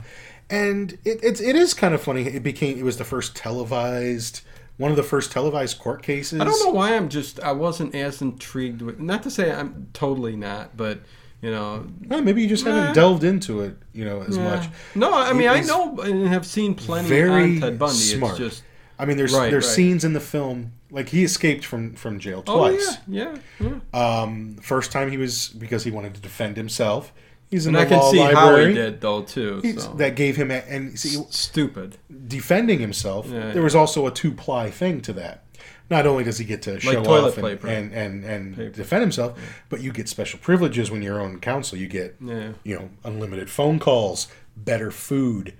S2: And it, it's it is kind of funny. It became it was the first televised one of the first televised court cases.
S1: I don't know why I'm just I wasn't as intrigued with. Not to say I'm totally not, but you know,
S2: Eh, maybe you just
S1: Nah.
S2: haven't delved into it, you know, as
S1: yeah.
S2: much.
S1: No, I mean
S2: He
S1: I
S2: is
S1: know and have seen plenty
S2: very
S1: on Ted Bundy.
S2: smart.
S1: It's just
S2: I mean, there's
S1: Right,
S2: there's
S1: right.
S2: scenes in the film like he escaped from from jail
S1: oh
S2: twice.
S1: yeah, yeah, yeah.
S2: Um, first time he was because he wanted to defend himself. He's in
S1: And
S2: the
S1: I can
S2: law
S1: see
S2: library.
S1: how he did though too.
S2: He's-
S1: so.
S2: That gave him a, and see
S1: S- stupid,
S2: defending himself.
S1: Yeah,
S2: there was also a two ply thing to that. Not only does he get to show
S1: toilet
S2: off and
S1: paper.
S2: and, and, and
S1: Paper.
S2: defend himself, but you get special privileges when you're on counsel. You get
S1: yeah.
S2: you know unlimited phone calls, better food.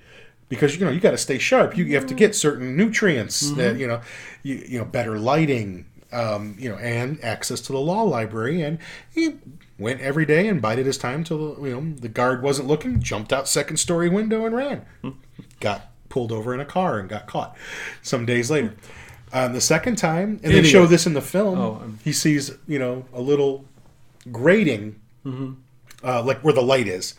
S2: Because you know you got to stay sharp. You, you have to get certain nutrients
S1: Mm-hmm.
S2: that you know, you, you know better lighting, um, you know, and access to the law library. And he went every day and bided his time till you know the guard wasn't looking. Jumped out second story window and ran.
S1: Hmm.
S2: Got pulled over in a car and got caught. Some days later, um, the second time, and
S1: Idiot.
S2: they show this in the film.
S1: Oh, I'm-
S2: he sees you know a little grating uh, like where the light is,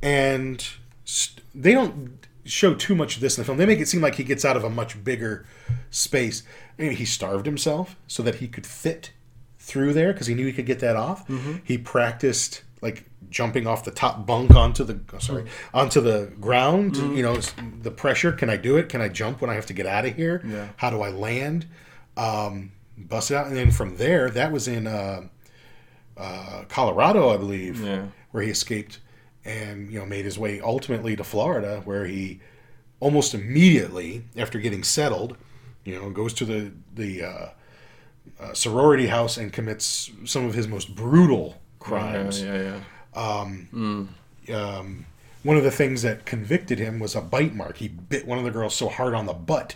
S2: and st- they don't show too much of this in the film. They make it seem like he gets out of a much bigger space. I mean, he starved himself so that he could fit through there because he knew he could get that off. He practiced like jumping off the top bunk onto the oh, sorry onto the ground. You know, s- the pressure. Can I do it? Can I jump when I have to get out of here?
S1: Yeah.
S2: How do I land? Um, bust it out, and then from there, that was in uh, uh, Colorado, I believe,
S1: Yeah.
S2: where he escaped and you know made his way ultimately to Florida, where he almost immediately after getting settled, you know, goes to the the uh, uh, sorority house and commits some of his most brutal
S1: Yeah,
S2: crimes.
S1: yeah, yeah.
S2: Um, one of the things that convicted him was a bite mark. He bit one of the girls so hard on the butt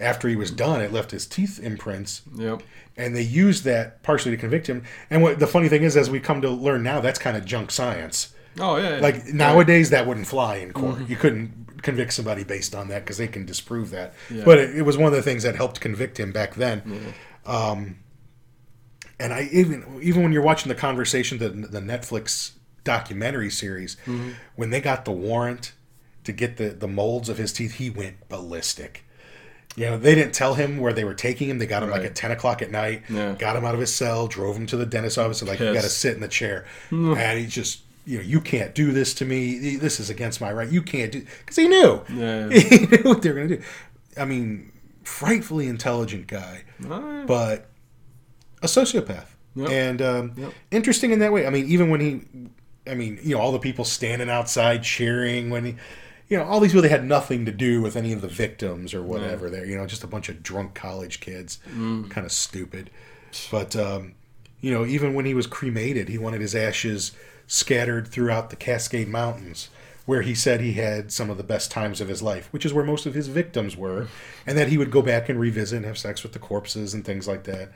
S2: after he was done, it left his teeth imprints
S1: Yep.
S2: and they used that partially to convict him. And what the funny thing is, as we come to learn now, that's kind of junk science.
S1: Oh yeah. yeah. Mm-hmm.
S2: Like nowadays, that wouldn't fly in court. You couldn't convict somebody based on that because they can disprove that. But it, it was one of the things that helped convict him back then. Um,
S1: Mm-hmm.
S2: and I even even when you're watching the conversation, the the Netflix documentary series,
S1: Mm-hmm.
S2: when they got the warrant to get the the molds of his teeth, he went ballistic. You know, they didn't tell him where they were taking him. They got him like
S1: Right.
S2: at ten o'clock at night.
S1: Yeah.
S2: Got him out of his cell, drove him to the dentist's office, and like you
S1: Pissed.
S2: got to sit in the chair.
S1: Mm.
S2: And he just, you know, you can't do this to me. This is against my right. You can't do because he knew.
S1: Yeah, yeah.
S2: [laughs] he knew what they were gonna do. I mean, frightfully intelligent guy,
S1: Ah,
S2: but a sociopath.
S1: Yep.
S2: And um,
S1: Yep.
S2: interesting in that way. I mean, even when he, I mean, you know, all the people standing outside cheering when he. You know, all these people they had nothing to do with any of the victims or whatever. There, you know, just a bunch of drunk college kids, kind of stupid. But um, you know, even when he was cremated, he wanted his ashes scattered throughout the Cascade Mountains, where he said he had some of the best times of his life, which is where most of his victims were, and that he would go back and revisit and have sex with the corpses and things like that.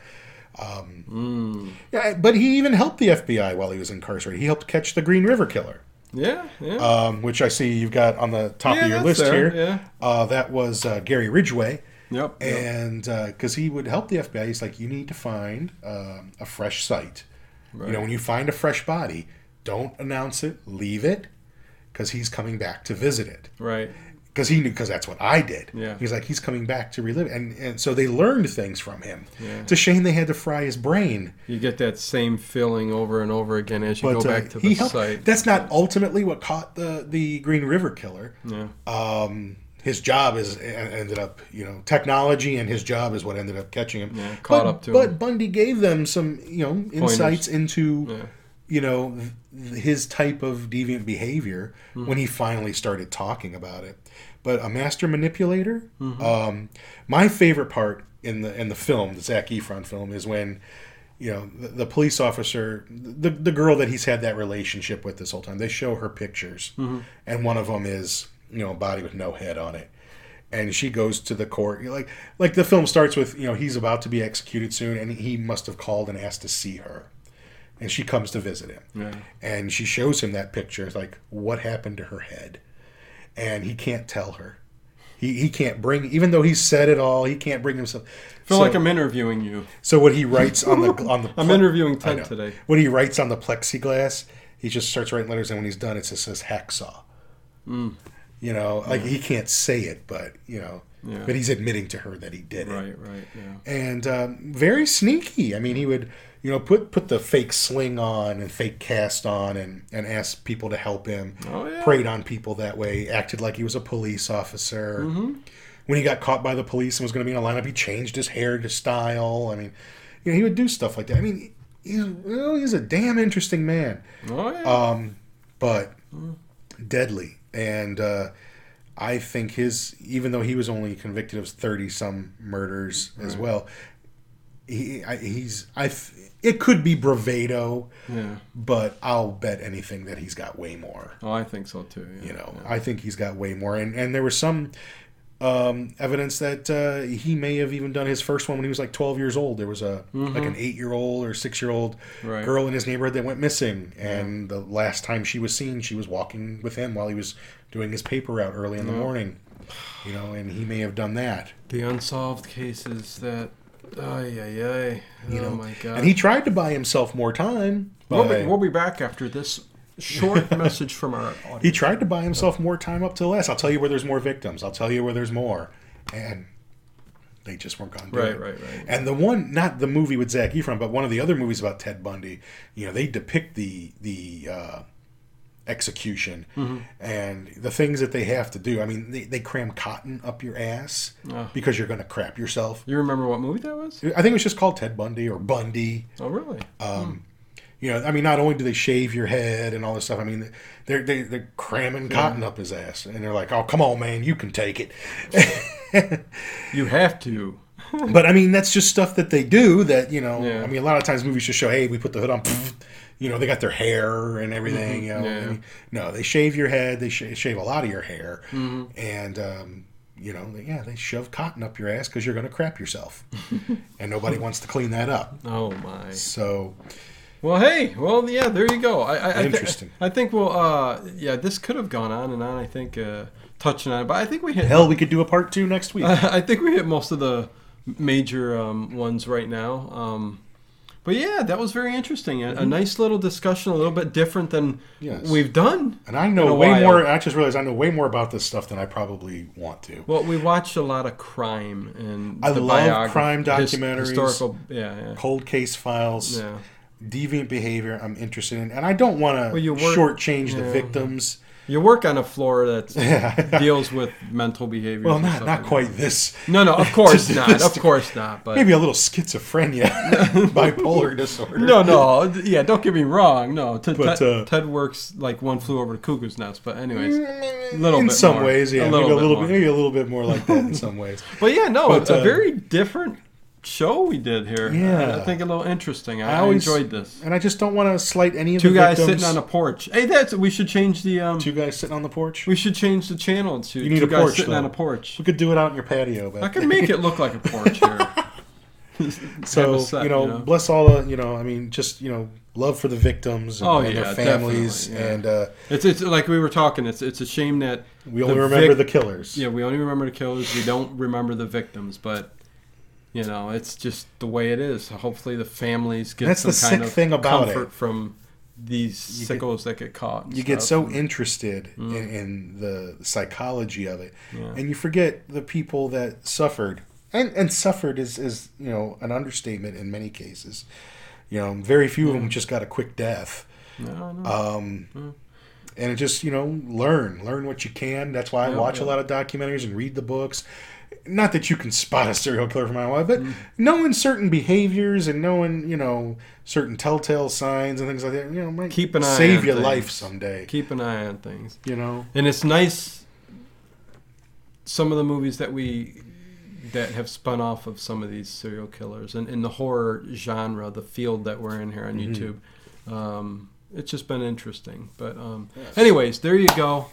S2: Um, yeah, but he even helped the FBI while he was incarcerated. He helped catch the Green River Killer,
S1: yeah. Yeah.
S2: um, which I see you've got on the top
S1: Yeah,
S2: of your
S1: that's
S2: list
S1: there,
S2: here.
S1: yeah.
S2: Uh, that was uh, Gary Ridgway
S1: yep. yep.
S2: and because he would help the FBI, he's like, you need to find um, a fresh site. You know,
S1: Right.
S2: when you find a fresh body, don't announce it, leave it, because he's coming back to visit it.
S1: Right.
S2: Because he knew, because that's what I did.
S1: Yeah.
S2: He's like, he's coming back to relive, it. and and so they learned things from him.
S1: Yeah.
S2: It's a shame they had to fry his brain.
S1: You get that same feeling over and over again as you
S2: But
S1: go
S2: uh,
S1: back to
S2: he
S1: the
S2: helped.
S1: site.
S2: That's not ultimately what caught the the Green River Killer.
S1: yeah.
S2: um, his job is ended up, you know, technology and his job is what ended up catching him.
S1: Yeah, caught
S2: but,
S1: up to
S2: but
S1: him.
S2: Bundy gave them some, you know, insights into,
S1: Yeah.
S2: you know, th- his type of deviant behavior when he finally started talking about it. But a master manipulator. Um, my favorite part in the in the film, the Zach Efron film, is when. You know the, the police officer, the the girl that he's had that relationship with this whole time. They show her pictures, and one of them is you know a body with no head on it and she goes to the court You know, like like the film starts with you know he's about to be executed soon and he must have called and asked to see her and she comes to visit him
S1: Yeah.
S2: and she shows him that picture it's like what happened to her head and he can't tell her he, he can't bring even though he's said it all he can't bring himself
S1: Feel
S2: so,
S1: like I'm interviewing you.
S2: so what he writes on the on the
S1: [laughs] I'm interviewing
S2: I
S1: Ted
S2: know.
S1: today.
S2: What he writes on the plexiglass, he just starts writing letters, and when he's done, it just says hacksaw.
S1: Mm.
S2: You know, like he can't say it, but you know,
S1: Yeah.
S2: but he's admitting to her that he did it,
S1: Right. Right. Yeah.
S2: and um, very sneaky. I mean, he would you know put put the fake sling on and fake cast on, and and ask people to help him.
S1: Oh, yeah.
S2: Preyed on people that way. Acted like he was a police officer. When he got caught by the police and was going to be in a lineup, he changed his hair to style. I mean, you know, he would do stuff like that. I mean, he's well, he's a damn interesting man
S1: Oh yeah.
S2: um, but deadly. And uh, I think his, even though he was only convicted of thirty some murders as well, he I, he's I. th- It could be bravado,
S1: yeah.
S2: but I'll bet anything that he's got way more.
S1: Oh, I think so too. Yeah.
S2: You know, I think he's got way more. And and there was some um, evidence that uh, he may have even done his first one when he was like 12 years old. There was a like an eight year old or six year old
S1: Mm-hmm. Right.
S2: girl in his neighborhood that went missing, and the last time she was seen, she was walking with him while he was doing his paper route early in the morning. You know, and he may have done that.
S1: The unsolved cases that. Ay ay ay.
S2: You
S1: oh
S2: know,
S1: my god.
S2: and he tried to buy himself more time.
S1: we'll,
S2: by-
S1: be, we'll be back after this
S2: [laughs]
S1: short message from our
S2: He
S1: audience.
S2: tried to buy himself more time up till less. I'll tell you where there's more victims. I'll tell you where there's more. And they just weren't going to do
S1: Right,
S2: it.
S1: right, right.
S2: And the one, not the movie with Zach Efron, but one of the other movies about Ted Bundy, you know, they depict the the uh, execution and the things that they have to do. I mean, they, they cram cotton up your ass
S1: Ugh.
S2: because you're going to crap yourself.
S1: You remember what movie that was?
S2: I think it was just called Ted Bundy or Bundy.
S1: Oh, really?
S2: You know, I mean, not only do they shave your head and all this stuff, I mean, they're they, they're cramming cotton up his ass, and they're like, "Oh, come on, man, you can take it."
S1: You have to.
S2: but I mean, that's just stuff that they do. That you know,
S1: Yeah.
S2: I mean, a lot of times movies just show, "Hey, we put the hood on." pfft," you know, they got their hair and everything. You know,
S1: Mm-hmm. Yeah.
S2: no, they shave your head. They sh- shave a lot of your hair,
S1: Mm-hmm.
S2: and um, you know, yeah, they shove cotton up your ass because you're going to
S1: [laughs]
S2: crap yourself, and nobody wants to clean that up.
S1: Oh my.
S2: So
S1: Well, hey. Well, yeah. There you go. I, I, I thi-
S2: Interesting.
S1: I think we'll. Uh, yeah. This could have gone on and on. I think uh, touching on it, but I think we hit.
S2: hell, we could do a part two next week.
S1: [laughs] I think we hit most of the major um, ones right now. Um, but yeah, that was very interesting. A, a nice little discussion, a little bit different than
S2: Mm-hmm. Yes.
S1: we've done.
S2: [sighs] And I
S1: in
S2: know
S1: a
S2: way
S1: while.
S2: more. I just realized I know way more about this stuff than I probably want to.
S1: Well, we watched a lot of crime and
S2: I
S1: the
S2: love
S1: biograph-
S2: crime
S1: his-
S2: documentaries.
S1: historical, yeah,
S2: Cold case files,
S1: yeah, yeah.
S2: deviant behavior. I'm interested in, and I don't want to
S1: Well, you were-
S2: shortchange the
S1: yeah.
S2: victims.
S1: You work on a floor
S2: [laughs]
S1: that deals with mental behavior.
S2: Well, not not quite this.
S1: No, no,
S2: [laughs]
S1: of course
S2: To
S1: not. Of
S2: domestic-
S1: course not. But
S2: Maybe a little schizophrenia, [laughs] bipolar
S1: [laughs]
S2: disorder.
S1: no, no, yeah. Don't get me wrong. No, Ted-
S2: But,
S1: Ted-
S2: uh,
S1: Ted works like one flew over the cuckoo's nest. But anyways, little
S2: in
S1: bit
S2: some
S1: more.
S2: ways, yeah,
S1: A
S2: maybe
S1: little
S2: a
S1: bit
S2: little
S1: more.
S2: bit, maybe a little bit more like that in some
S1: [laughs]
S2: ways.
S1: But yeah, no,
S2: But,
S1: it's a
S2: uh,
S1: very different show we did here.
S2: Yeah.
S1: I think a little interesting. I,
S2: I
S1: I
S2: always-
S1: enjoyed this.
S2: And I just don't want to slight any of
S1: Two
S2: the
S1: guys
S2: victims.
S1: sitting on a porch. Hey, that's we should change the um.
S2: two guys sitting on the porch.
S1: We should change the channel to
S2: You need
S1: two
S2: a
S1: guys
S2: porch,
S1: sitting on
S2: though.
S1: a porch.
S2: We could do it out in your patio. Back
S1: I
S2: there.
S1: could
S2: [laughs]
S1: make it look like a porch here. Have
S2: so
S1: a set,
S2: you, know, bless all the you know i mean just you know love for the victims and,
S1: Oh,
S2: and
S1: yeah,
S2: their families
S1: definitely, yeah.
S2: and uh,
S1: it's it's like we were talking. It's it's a shame that
S2: we
S1: The
S2: only remember
S1: vic-
S2: the killers
S1: yeah we only remember the killers. We don't remember the victims, but. You know, it's just the way it is. Hopefully, the families get
S2: That's
S1: some
S2: the
S1: kind
S2: sick
S1: of
S2: thing about
S1: comfort
S2: it.
S1: from these
S2: You get-
S1: sickos that get caught. and
S2: you get
S1: stuff.
S2: so interested in, in the psychology of it
S1: Yeah.
S2: and you forget the people that suffered and and suffered is is you know an understatement in many cases you know very few of them just got a quick death
S1: No, no.
S2: um
S1: Hmm.
S2: and it just you know learn learn what you can that's why i
S1: Yeah,
S2: watch
S1: yeah.
S2: a lot of documentaries and read the books not that you can spot a serial killer from a mile away
S1: Hmm.
S2: but knowing certain behaviors and knowing you know certain telltale signs and things like that you know might
S1: Keep an eye
S2: save
S1: on
S2: your
S1: things.
S2: life someday
S1: Keep an eye on things.
S2: you know
S1: And it's nice some of the movies that we that have spun off of some of these serial killers and in the horror genre, the field that we're in here on YouTube. Um, it's just been interesting. But um, anyways, there you go.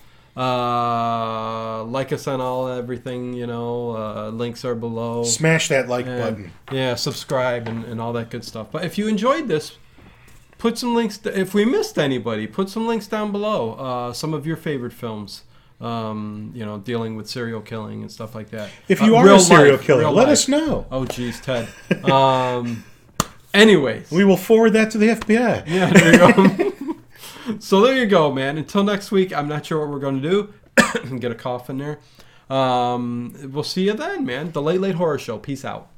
S1: Uh, like us on all everything, you know. Uh, links are below.
S2: smash that like
S1: And,
S2: button
S1: Yeah, subscribe and, and all that good stuff. But if you enjoyed this, put some links. if we missed anybody, put some links down below. Uh, some of your favorite films. Um, you know, dealing with serial killing and stuff like that.
S2: if
S1: Uh,
S2: you are
S1: real
S2: a serial
S1: life,
S2: killer
S1: real
S2: let
S1: life.
S2: us know
S1: Oh, geez, Ted. Um, anyways,
S2: we will forward that to the fbi
S1: [laughs] yeah, there you go. [laughs] so there you go, man. Until next week, I'm not sure what we're going to [coughs] do. Get a cough in there. Um, we'll see you then, man. The Late Late Horror Show. Peace out.